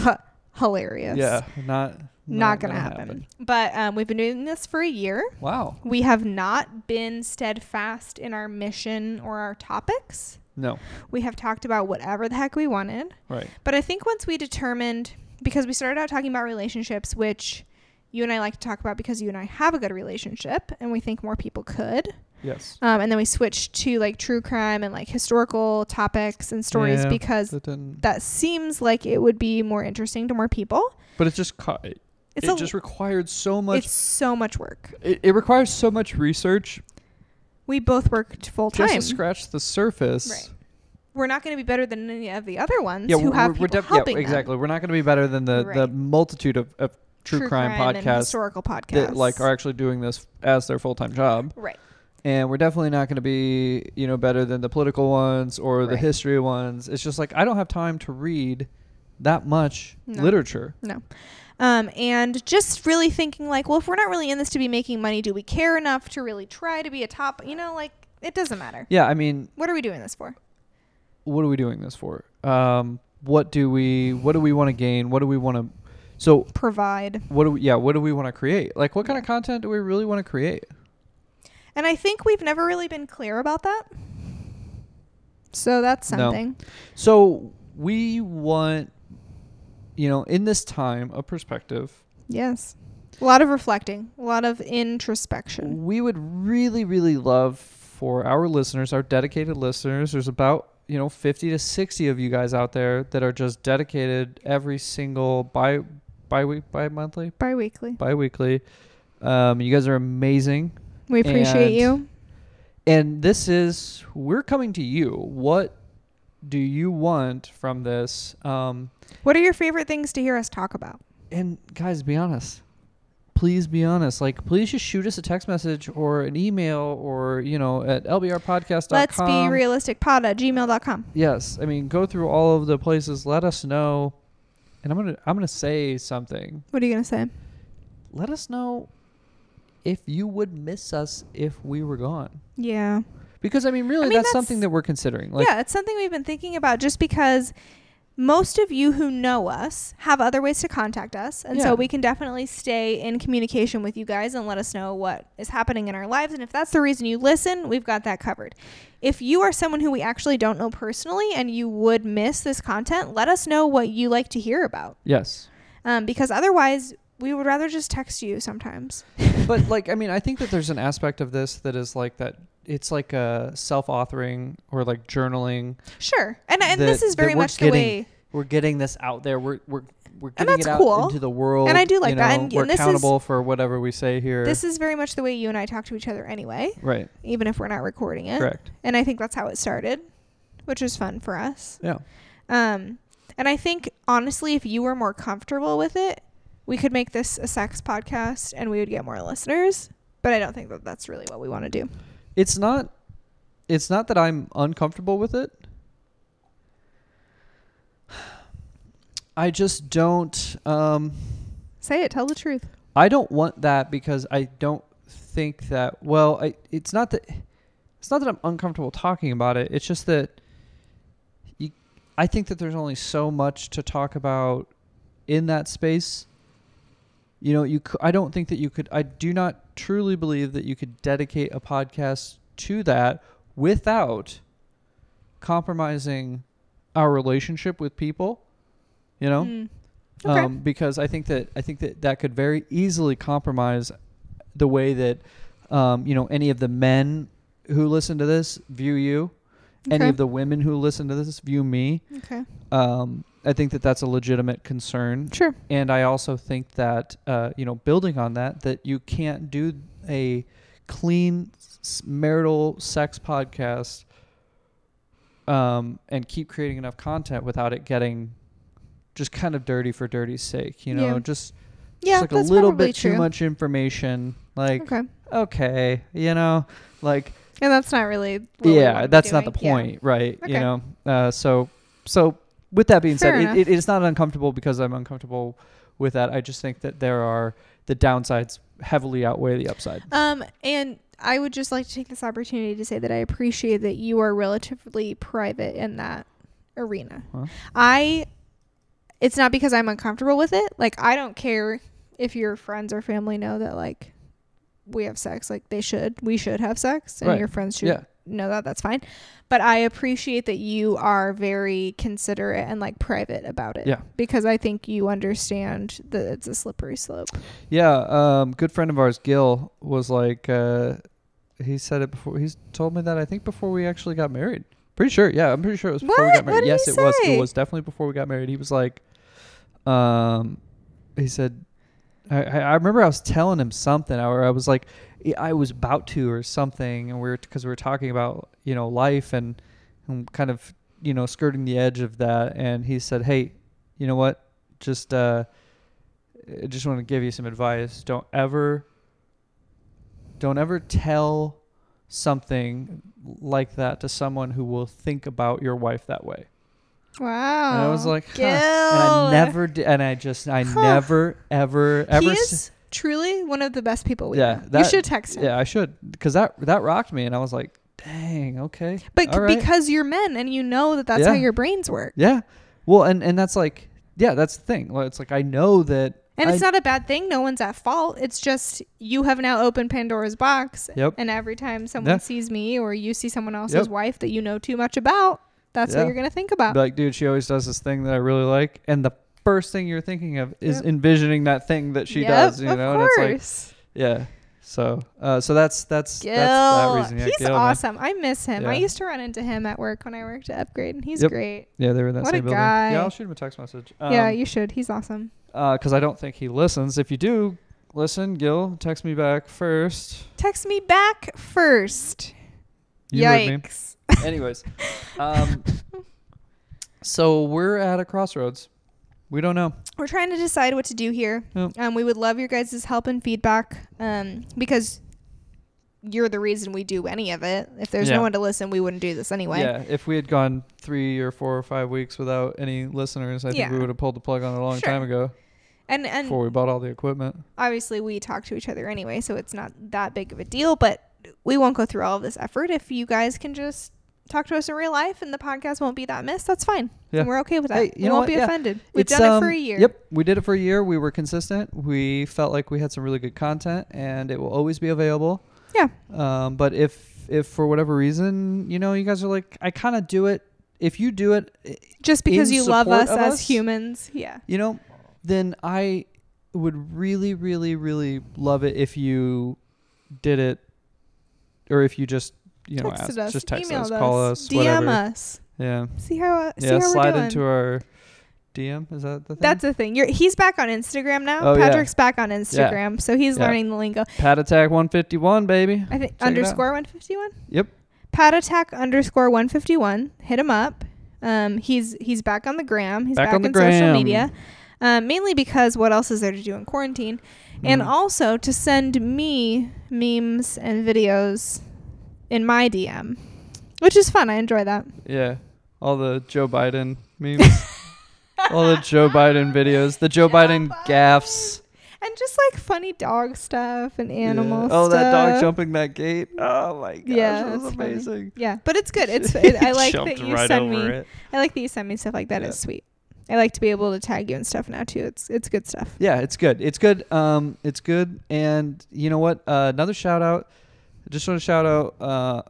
Speaker 1: Hilarious.
Speaker 2: Yeah, not
Speaker 1: Not, going to happen. But um, we've been doing this for a year.
Speaker 2: Wow.
Speaker 1: We have not been steadfast in our mission or our topics.
Speaker 2: No.
Speaker 1: We have talked about whatever the heck we wanted.
Speaker 2: Right.
Speaker 1: But I think once we determined, because we started out talking about relationships, which you and I like to talk about because you and I have a good relationship and we think more people could.
Speaker 2: Yes.
Speaker 1: Um, and then we switched to like true crime and like historical topics and stories
Speaker 2: Yeah,
Speaker 1: because
Speaker 2: That didn't
Speaker 1: that seems like it would be more interesting to more people.
Speaker 2: But it just caught. It,
Speaker 1: It's
Speaker 2: it
Speaker 1: a,
Speaker 2: just required so much.
Speaker 1: it's so much work.
Speaker 2: It, it requires so much research
Speaker 1: we both worked full
Speaker 2: Just
Speaker 1: time.
Speaker 2: to scratch the surface.
Speaker 1: Right. We're not going to be better than any of the other ones
Speaker 2: Yeah,
Speaker 1: who
Speaker 2: we're,
Speaker 1: have
Speaker 2: we're
Speaker 1: people
Speaker 2: def-
Speaker 1: helping
Speaker 2: yeah,
Speaker 1: them.
Speaker 2: exactly. We're not going to be better than the, the
Speaker 1: Right.
Speaker 2: multitude of, of true, crime,
Speaker 1: and
Speaker 2: podcasts
Speaker 1: historical podcasts
Speaker 2: that like are actually doing this as their full time job.
Speaker 1: right.
Speaker 2: and we're definitely not going to be you know better than the political ones or the
Speaker 1: Right.
Speaker 2: history ones it's just like i don't have time to read that much
Speaker 1: No.
Speaker 2: literature
Speaker 1: No. Um, and just really thinking like, well, if we're not really in this to be making money, do we care enough to really try to be a top? You know, like it doesn't matter.
Speaker 2: yeah i mean
Speaker 1: What are we doing this for?
Speaker 2: what are we doing this for um what do we what do we want to gain what do we want to so
Speaker 1: Provide.
Speaker 2: what do we yeah what do we want to create like what kind of content do we really want to create
Speaker 1: And I think we've never really been clear about that. So that's
Speaker 2: No.
Speaker 1: something.
Speaker 2: so we want you know in this time of perspective
Speaker 1: Yes. A lot of reflecting, a lot of introspection.
Speaker 2: we would really really love for our listeners our dedicated listeners there's about you know 50 to 60 of you guys out there that are just dedicated every single bi bi week bi monthly
Speaker 1: Bi weekly.
Speaker 2: bi weekly um, you guys are amazing
Speaker 1: We appreciate
Speaker 2: And-
Speaker 1: you.
Speaker 2: and this is we're coming to you what do you want from this um,
Speaker 1: What are your favorite things to hear us talk about?
Speaker 2: and guys be honest please be honest like please just shoot us a text message or an email or you know at lbrpodcast.com
Speaker 1: Let's be realistic pod at gmail.com.
Speaker 2: yes i mean go through all of the places let us know and i'm gonna i'm gonna say something
Speaker 1: What are you going to say?
Speaker 2: let us know if you would miss us if we were gone
Speaker 1: Yeah.
Speaker 2: because i mean really
Speaker 1: mean,
Speaker 2: that's,
Speaker 1: that's-
Speaker 2: something that we're considering like
Speaker 1: yeah, it's something we've been thinking about just because most of you who know us have other ways to contact us. And
Speaker 2: Yeah.
Speaker 1: so we can definitely stay in communication with you guys and let us know what is happening in our lives. And if that's the reason you listen, we've got that covered. If you are someone who we actually don't know personally and you would miss this content, let us know what you like to hear about.
Speaker 2: yes
Speaker 1: Um, because otherwise, we would rather just text you sometimes.
Speaker 2: but like i mean i think that there's an aspect of this that is like that it's like a self-authoring or like journaling
Speaker 1: Sure. And, and
Speaker 2: that-
Speaker 1: this is
Speaker 2: that
Speaker 1: very
Speaker 2: we're
Speaker 1: much the
Speaker 2: getting-
Speaker 1: way.
Speaker 2: we're getting this out there we're we're we're
Speaker 1: And
Speaker 2: getting
Speaker 1: that's
Speaker 2: it out
Speaker 1: cool.
Speaker 2: into the world
Speaker 1: And I do like
Speaker 2: you
Speaker 1: that.
Speaker 2: know,
Speaker 1: And-
Speaker 2: we're
Speaker 1: and this is-
Speaker 2: accountable for whatever we say here
Speaker 1: This is very much the way you and I talk to each other anyway,
Speaker 2: right
Speaker 1: even if we're not recording it.
Speaker 2: correct
Speaker 1: and I think that's how it started, which was fun for us.
Speaker 2: yeah
Speaker 1: Um, and I think honestly, if you were more comfortable with it, we could make this a sex podcast and we would get more listeners. But I don't think that that's really what we want to do.
Speaker 2: it's not it's not that i'm uncomfortable with it i just don't um
Speaker 1: Say it. Tell the truth.
Speaker 2: i don't want that because i don't think that well i it's not that it's not that i'm uncomfortable talking about it it's just that you, i think that there's only so much to talk about in that space you know you c- i don't think that you could i do not truly believe that you could dedicate a podcast to that without compromising our relationship with people you know
Speaker 1: Mm. Okay.
Speaker 2: um, because I think that I think that that could very easily compromise the way that um, you know any of the men who listen to this view you, any
Speaker 1: Okay.
Speaker 2: of the women who listen to this view me.
Speaker 1: okay.
Speaker 2: Um, I think that that's a legitimate concern,
Speaker 1: Sure.
Speaker 2: and I also think that uh, you know building on that that you can't do a clean s- marital sex podcast um, and keep creating enough content without it getting just kind of dirty for dirty's sake you know
Speaker 1: Yeah.
Speaker 2: just,
Speaker 1: Yeah,
Speaker 2: just like
Speaker 1: that's
Speaker 2: a little
Speaker 1: probably
Speaker 2: bit
Speaker 1: true.
Speaker 2: too much information like okay,
Speaker 1: Okay.
Speaker 2: you know like
Speaker 1: And that's not really. What we wanna
Speaker 2: yeah
Speaker 1: be
Speaker 2: that's not the
Speaker 1: doing. Yeah.
Speaker 2: point right you
Speaker 1: Okay.
Speaker 2: know uh, so so with that being
Speaker 1: Fair
Speaker 2: said
Speaker 1: enough.
Speaker 2: it, it, it's not uncomfortable because i'm uncomfortable with that i just think that there are the downsides heavily outweigh the upside
Speaker 1: Um, and I would just like to take this opportunity to say that I appreciate that you are relatively private in that arena.
Speaker 2: Huh?
Speaker 1: I, it's not because I'm uncomfortable with it. Like, I don't care if your friends or family know that, like, we have sex. Like, they should, we should have sex, and
Speaker 2: Right.
Speaker 1: your friends should
Speaker 2: yeah
Speaker 1: know that. That's fine. But I appreciate that you are very considerate and, like, private about it.
Speaker 2: Yeah.
Speaker 1: Because I think you understand that it's a slippery slope.
Speaker 2: yeah um good friend of ours gil was like uh he said it before he's told me that i think before we actually got married pretty sure yeah i'm pretty sure it was before we
Speaker 1: What?
Speaker 2: got married
Speaker 1: What did
Speaker 2: yes
Speaker 1: he
Speaker 2: it was
Speaker 1: say?
Speaker 2: it was definitely before we got married he was like um he said I, I I remember I was telling him something, or I was like, I was about to, or something, and we are because we were talking about you know life and, and kind of you know skirting the edge of that, and he said, hey, you know what, just uh, I just want to give you some advice. Don't ever, don't ever tell something like that to someone who will think about your wife that way.
Speaker 1: Wow.
Speaker 2: And I was like, huh.
Speaker 1: Gil.
Speaker 2: and I never did, and I just, I
Speaker 1: Huh.
Speaker 2: never, ever, ever.
Speaker 1: He
Speaker 2: s-
Speaker 1: is truly one of the best people we
Speaker 2: Yeah,
Speaker 1: know. you
Speaker 2: that-
Speaker 1: should text him.
Speaker 2: yeah, I should, because that that rocked me, and I was like, dang, okay,
Speaker 1: But c-
Speaker 2: all right.
Speaker 1: because you're men and you know that that's how
Speaker 2: Yeah.
Speaker 1: your brains work.
Speaker 2: yeah, well, and and that's like, yeah, that's the thing. Well, it's like I know that,
Speaker 1: And it's
Speaker 2: I-
Speaker 1: not a bad thing. No one's at fault. It's just you have now opened Pandora's box.
Speaker 2: Yep.
Speaker 1: And every time someone
Speaker 2: Yeah.
Speaker 1: sees me or you see someone else's
Speaker 2: Yep.
Speaker 1: wife that you know too much about, that's what
Speaker 2: Yeah.
Speaker 1: you're going to think about.
Speaker 2: like, dude, she always does this thing that I really like, and the first thing you're thinking of is
Speaker 1: Yep.
Speaker 2: envisioning that thing that she
Speaker 1: Yep,
Speaker 2: does, you
Speaker 1: of
Speaker 2: know,
Speaker 1: course.
Speaker 2: and it's like, yeah. So, uh, so that's that's that's
Speaker 1: Gil.
Speaker 2: that reason. Yeah,
Speaker 1: he's
Speaker 2: Gil, man.
Speaker 1: awesome. I miss him. I
Speaker 2: Yeah.
Speaker 1: used to run into him at work when I worked at Upgrade, and he's
Speaker 2: Yep.
Speaker 1: great.
Speaker 2: Yeah, they were in that
Speaker 1: What a
Speaker 2: same building.
Speaker 1: guy.
Speaker 2: Yeah, I'll shoot him a text message. Um,
Speaker 1: yeah, you should. He's awesome.
Speaker 2: because I don't think he listens. If you do listen, Gil, text me back first.
Speaker 1: Text me back first.
Speaker 2: You heard me.
Speaker 1: Yikes.
Speaker 2: Anyways, um, so we're at a crossroads. We don't know.
Speaker 1: We're trying to decide what to do here.
Speaker 2: Yep.
Speaker 1: Um, we would love your guys' help and feedback um, because you're the reason we do any of it. If there's
Speaker 2: Yeah.
Speaker 1: no one to listen, we wouldn't do this anyway.
Speaker 2: Yeah, if we had gone three or four or five weeks without any listeners, I think
Speaker 1: Yeah.
Speaker 2: we would have pulled the plug on it a long
Speaker 1: Sure.
Speaker 2: time ago
Speaker 1: And and
Speaker 2: before we bought all the equipment.
Speaker 1: obviously we talk to each other anyway, so it's not that big of a deal, but we won't go through all of this effort if you guys can just talk to us in real life and the podcast won't be that missed. That's fine.
Speaker 2: Yeah.
Speaker 1: And we're okay with that.
Speaker 2: Hey,
Speaker 1: we
Speaker 2: you know
Speaker 1: won't
Speaker 2: what?
Speaker 1: be
Speaker 2: Yeah.
Speaker 1: offended. We've
Speaker 2: It's,
Speaker 1: done it for
Speaker 2: um,
Speaker 1: a year.
Speaker 2: Yep, we did it for a year. We were consistent. We felt like we had some really good content, and it will always be available.
Speaker 1: Yeah.
Speaker 2: Um, but if if for whatever reason, you know, you guys are like, I kind of do it. If you do it, i-
Speaker 1: Just because
Speaker 2: in
Speaker 1: you love
Speaker 2: support
Speaker 1: us
Speaker 2: of
Speaker 1: as
Speaker 2: us?
Speaker 1: humans. Yeah.
Speaker 2: you know, then I would really, really, really love it if you did it, or if you just you know
Speaker 1: Texted
Speaker 2: ask,
Speaker 1: us,
Speaker 2: just text
Speaker 1: emailed
Speaker 2: us, call us,
Speaker 1: DM
Speaker 2: whatever.
Speaker 1: us.
Speaker 2: Yeah,
Speaker 1: See how uh, see
Speaker 2: yeah.
Speaker 1: how we're
Speaker 2: Slide
Speaker 1: doing.
Speaker 2: into our DM. Is that the thing?
Speaker 1: That's the thing. You're, he's back on Instagram now.
Speaker 2: Oh, yeah.
Speaker 1: Patrick's back on Instagram, so he's
Speaker 2: Yeah.
Speaker 1: learning the lingo.
Speaker 2: Pat Attack 151, baby.
Speaker 1: I think
Speaker 2: out.
Speaker 1: underscore one fifty one.
Speaker 2: Yep.
Speaker 1: Pat attack underscore one fifty one. Hit him up. Um, he's he's back on the gram. He's back,
Speaker 2: Back on the
Speaker 1: social
Speaker 2: gram.
Speaker 1: media, um, mainly because what else is there to do in quarantine, and
Speaker 2: Mhm.
Speaker 1: also to send me memes and videos in my DM, which is fun. I enjoy that.
Speaker 2: Yeah. All the Joe Biden memes. All the Joe Biden videos. The Joe, Biden gaffes.
Speaker 1: and just like funny dog stuff and animal
Speaker 2: Yeah. Oh, that dog
Speaker 1: stuff.
Speaker 2: jumping that gate. Oh my gosh.
Speaker 1: Yeah,
Speaker 2: that was
Speaker 1: that's funny.
Speaker 2: amazing.
Speaker 1: Yeah, but it's good. It's it, I
Speaker 2: He
Speaker 1: like that
Speaker 2: jumped
Speaker 1: you
Speaker 2: right
Speaker 1: send
Speaker 2: over
Speaker 1: me.
Speaker 2: it.
Speaker 1: I like that you send me stuff like that.
Speaker 2: Yeah.
Speaker 1: It's sweet. I like to be able to tag you and stuff now too. It's it's good stuff.
Speaker 2: Yeah, it's good. It's good. Um, it's good. And you know what? Uh, another shout out. Just want to shout out uh,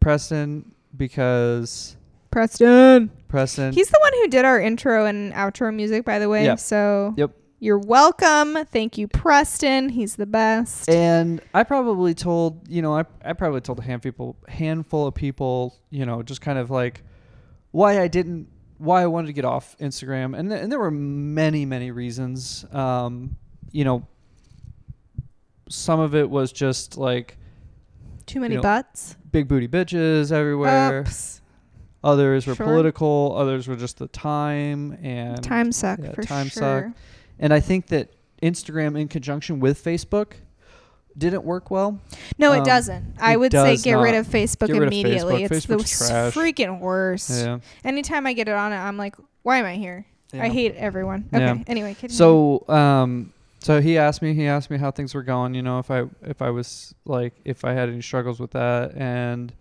Speaker 2: Preston because
Speaker 1: Preston,
Speaker 2: Preston.
Speaker 1: he's the one who did our intro and outro music, by the way.
Speaker 2: Yeah.
Speaker 1: So
Speaker 2: Yep.
Speaker 1: you're welcome. Thank you, Preston. He's the best.
Speaker 2: And I probably told, you know, I, I probably told a hand people, handful of people, you know, just kind of like why I didn't, why I wanted to get off Instagram. And, th- and there were many, many reasons. Um, you know, some of it was just like
Speaker 1: Too many
Speaker 2: you know,
Speaker 1: butts.
Speaker 2: big booty bitches everywhere.
Speaker 1: Oops.
Speaker 2: Others were
Speaker 1: Sure.
Speaker 2: political. Others were just the time and
Speaker 1: Time suck
Speaker 2: yeah,
Speaker 1: for
Speaker 2: time suck.
Speaker 1: sure.
Speaker 2: And I think that Instagram in conjunction with Facebook didn't work well.
Speaker 1: No, it
Speaker 2: Um,
Speaker 1: doesn't. I
Speaker 2: it
Speaker 1: would say
Speaker 2: does
Speaker 1: get rid
Speaker 2: not.
Speaker 1: of Facebook
Speaker 2: Get rid of
Speaker 1: immediately.
Speaker 2: Facebook.
Speaker 1: It's the
Speaker 2: Facebook's
Speaker 1: s-
Speaker 2: trash.
Speaker 1: freaking worst.
Speaker 2: Yeah.
Speaker 1: Anytime I get it on it, I'm like, why am I here? I
Speaker 2: Yeah.
Speaker 1: hate everyone. Okay.
Speaker 2: Yeah.
Speaker 1: Anyway, continue.
Speaker 2: So, um, so he asked me. He asked me how things were going. You know, if I if I was like if I had any struggles with that, and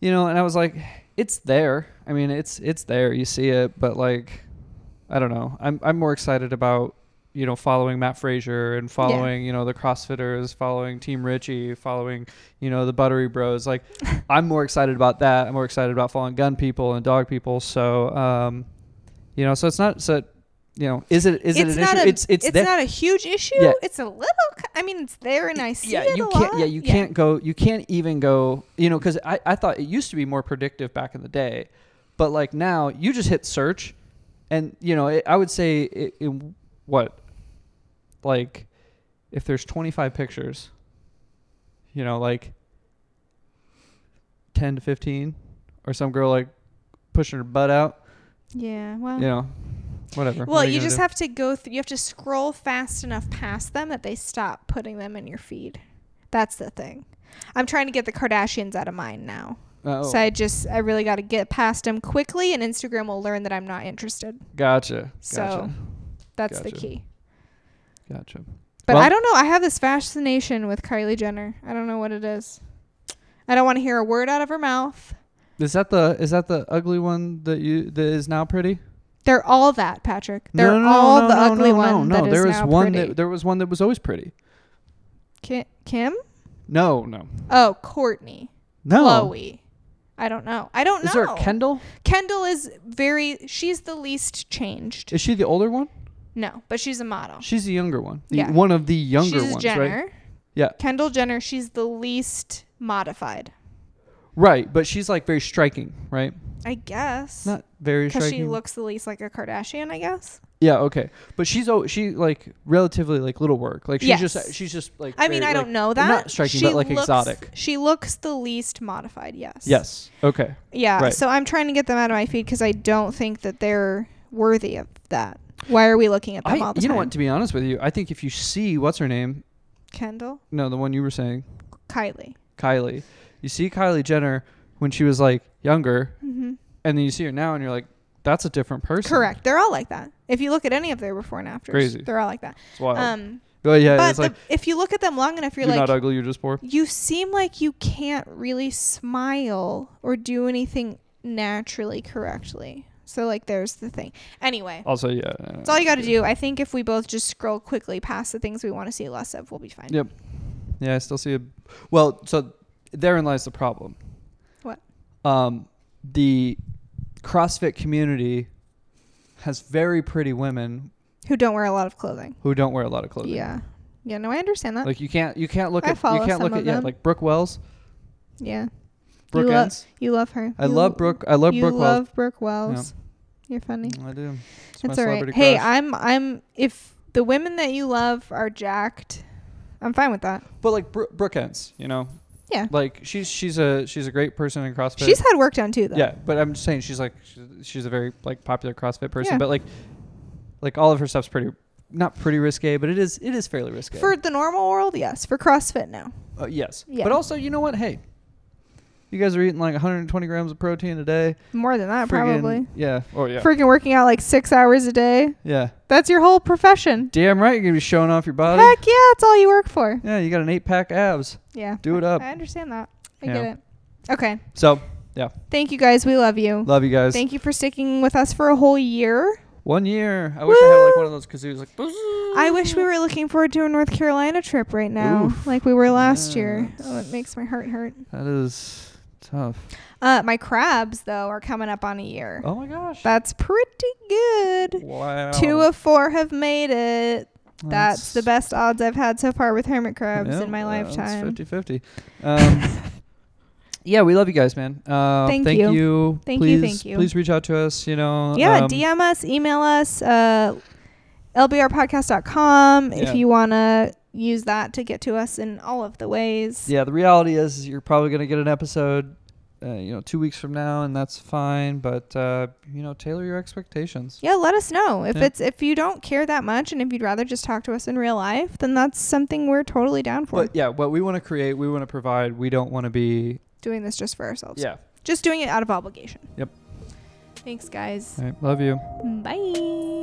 Speaker 2: you know, and I was like, it's there. I mean, it's it's there. You see it, but like, I don't know. I'm I'm more excited about you know following Matt Frazier and following you know the CrossFitters, following Team Richie, following you know the Buttery Bros. Like, I'm more excited about that. I'm more excited about following gun people and dog people. So, um, you know, so it's not so. You know, is it is it an issue?
Speaker 1: A,
Speaker 2: it's it's, there.
Speaker 1: not a huge issue.
Speaker 2: Yeah.
Speaker 1: It's a little. c- I mean, it's there, and I see
Speaker 2: yeah,
Speaker 1: it
Speaker 2: you
Speaker 1: a
Speaker 2: can't.
Speaker 1: lot.
Speaker 2: Yeah, you can't go. You can't even go. You know, because I, I thought it used to be more predictive back in the day, but like now you just hit search, and you know it, I would say i in what like if there's 25 pictures, you know, like 10 to 15 or some girl like pushing her butt out,
Speaker 1: Yeah. Well.
Speaker 2: you know, whatever.
Speaker 1: Mm-hmm. Well, you, just have to go through. You have to scroll fast enough past them that they stop putting them in your feed. That's the thing. I'm trying to get the Kardashians out of mine now.
Speaker 2: have
Speaker 1: So I just I really got to get past them quickly, and Instagram will learn that I'm not interested.
Speaker 2: gotcha.
Speaker 1: So- That's the
Speaker 2: Gotcha.
Speaker 1: key.
Speaker 2: Gotcha. Gotcha.
Speaker 1: But
Speaker 2: Well-
Speaker 1: I don't know. I have this fascination with Kylie Jenner. I don't know what it is. I don't want to hear a word out of her mouth.
Speaker 2: Is that the is that the ugly one that you that is now pretty?
Speaker 1: They're all that, Patrick. They're all the ugly
Speaker 2: no,
Speaker 1: one
Speaker 2: No, no,
Speaker 1: that is
Speaker 2: there was
Speaker 1: now
Speaker 2: one
Speaker 1: pretty.
Speaker 2: that there was one that was always pretty.
Speaker 1: Ki- Kim?
Speaker 2: No, no,
Speaker 1: Oh, Courtney.
Speaker 2: no.
Speaker 1: Chloe. I don't know. I don't
Speaker 2: Is
Speaker 1: know.
Speaker 2: there a Kendall?
Speaker 1: Kendall is very. She's the least changed.
Speaker 2: Is she the older one?
Speaker 1: no, but she's a model.
Speaker 2: She's the younger one. The,
Speaker 1: Yeah.
Speaker 2: One of the younger
Speaker 1: she's
Speaker 2: ones, right?
Speaker 1: Jenner.
Speaker 2: Yeah.
Speaker 1: Kendall Jenner. She's the least modified.
Speaker 2: Right, but she's like very striking, right?
Speaker 1: I guess.
Speaker 2: Not very
Speaker 1: Because she
Speaker 2: striking.
Speaker 1: looks the least like a Kardashian, I guess.
Speaker 2: yeah, okay. But she's oh, she like relatively like little work. Like she's just
Speaker 1: Yes.
Speaker 2: she's just like
Speaker 1: I mean,
Speaker 2: very,
Speaker 1: I
Speaker 2: like-
Speaker 1: don't know that.
Speaker 2: not striking, but, like, exotic.
Speaker 1: She looks the least modified. Yes.
Speaker 2: Yes. Okay.
Speaker 1: Yeah.
Speaker 2: Right.
Speaker 1: So I'm trying to get them out of my feed because I don't think that they're worthy of that. Why are we looking at them
Speaker 2: I,
Speaker 1: all the
Speaker 2: you
Speaker 1: time?
Speaker 2: know what? To be honest with you, I think if you see what's her name,
Speaker 1: Kendall,
Speaker 2: no, the one you were saying,
Speaker 1: Kylie.
Speaker 2: Kylie. You see Kylie Jenner when she was like younger,
Speaker 1: Mm-hmm.
Speaker 2: and then you see her now, and you're like, that's a different person.
Speaker 1: Correct. They're all like that. If you look at any of their before and afters,
Speaker 2: Crazy.
Speaker 1: they're all like that.
Speaker 2: It's wild.
Speaker 1: Um,
Speaker 2: but yeah,
Speaker 1: but
Speaker 2: it's like
Speaker 1: the, if you look at them long enough, you're,
Speaker 2: you're
Speaker 1: like,
Speaker 2: not ugly, you're just poor.
Speaker 1: you seem like you can't really smile or do anything naturally correctly. So like, there's the thing. Anyway,
Speaker 2: Also, Oh, yeah.
Speaker 1: it's all you got to do. I think if we both just scroll quickly past the things we want to see less of, we'll be fine.
Speaker 2: Yep. Yeah, I still see a. Well, so therein lies the problem.
Speaker 1: What?
Speaker 2: Um, the CrossFit community has very pretty women
Speaker 1: Who don't wear a lot of clothing.
Speaker 2: who don't wear a lot of clothing.
Speaker 1: Yeah. Yeah. No, I understand that.
Speaker 2: Like you can't you can't look
Speaker 1: I
Speaker 2: at you
Speaker 1: follow
Speaker 2: can't look
Speaker 1: some
Speaker 2: at
Speaker 1: of
Speaker 2: yeah
Speaker 1: them.
Speaker 2: like Brooke Wells.
Speaker 1: yeah.
Speaker 2: Brooke
Speaker 1: you love
Speaker 2: Enns.
Speaker 1: you love her.
Speaker 2: I
Speaker 1: You-
Speaker 2: love Brooke. I love
Speaker 1: you
Speaker 2: Brooke
Speaker 1: love
Speaker 2: Wells.
Speaker 1: Brooke Wells. You're funny.
Speaker 2: I do. It's my
Speaker 1: That's all right.
Speaker 2: celebrity
Speaker 1: Hey,
Speaker 2: crush.
Speaker 1: I'm I'm if the women that you love are jacked, I'm fine with that.
Speaker 2: But like Bro- Brooke Hens, you know,
Speaker 1: Yeah.
Speaker 2: like she's she's a she's a great person in CrossFit.
Speaker 1: She's had work done too though.
Speaker 2: yeah, but I'm just saying she's like she's- she's a very like popular CrossFit person.
Speaker 1: Yeah.
Speaker 2: But like like all of her stuff's pretty not pretty risque, but it is it is fairly risque.
Speaker 1: For the normal world, yes. For CrossFit, no.
Speaker 2: uh, yes,
Speaker 1: Yeah.
Speaker 2: but also you know what? Hey, you guys are eating like 120 grams of protein a day.
Speaker 1: More than that,
Speaker 2: Friggin-
Speaker 1: Uh, probably.
Speaker 2: Yeah. Oh yeah.
Speaker 1: Freaking working out like six hours a day.
Speaker 2: yeah.
Speaker 1: That's your whole profession.
Speaker 2: Damn right, you're gonna be showing off your body.
Speaker 1: Heck yeah, it's all you work for.
Speaker 2: Yeah, you got an eight pack abs.
Speaker 1: Yeah.
Speaker 2: Do it up.
Speaker 1: I understand that. I
Speaker 2: Yeah.
Speaker 1: get it. Okay.
Speaker 2: So
Speaker 1: Thank you guys. We love you.
Speaker 2: love you guys.
Speaker 1: Thank you for sticking with us for a whole year.
Speaker 2: One year. I wish I had like one of those kazoos. Like
Speaker 1: I wish we were looking forward to a North Carolina trip right now, like we were last year.
Speaker 2: Yes.
Speaker 1: Oh, it makes my heart hurt.
Speaker 2: that is tough.
Speaker 1: Uh, my crabs though are coming up on a year.
Speaker 2: Oh my gosh.
Speaker 1: That's pretty good.
Speaker 2: Wow.
Speaker 1: Two of four have made it. That's, the best odds I've had so far with hermit crabs in my lifetime.
Speaker 2: 50 50. Um, yeah, we love you guys, man. Uh,
Speaker 1: Thank
Speaker 2: thank
Speaker 1: you.
Speaker 2: Please,
Speaker 1: Thank you, thank you.
Speaker 2: Please reach out to us. You know,
Speaker 1: Yeah,
Speaker 2: um,
Speaker 1: DM us, email us, uh, lbrpodcast.com
Speaker 2: Yeah.
Speaker 1: if you want to use that to get to us in all of the ways.
Speaker 2: yeah. The reality is, is you're probably gonna get an episode, uh, you know, two weeks from now, and that's fine. But uh, you know, tailor your expectations.
Speaker 1: Yeah, let us know if
Speaker 2: Yeah.
Speaker 1: it's if you don't care that much and if you'd rather just talk to us in real life, then that's something we're totally down for.
Speaker 2: But yeah, what we want to create, we want to provide. We don't want to be.
Speaker 1: doing this just for ourselves.
Speaker 2: Yeah.
Speaker 1: Just doing it out of obligation.
Speaker 2: Yep.
Speaker 1: Thanks guys.
Speaker 2: All right. Love you.
Speaker 1: Bye.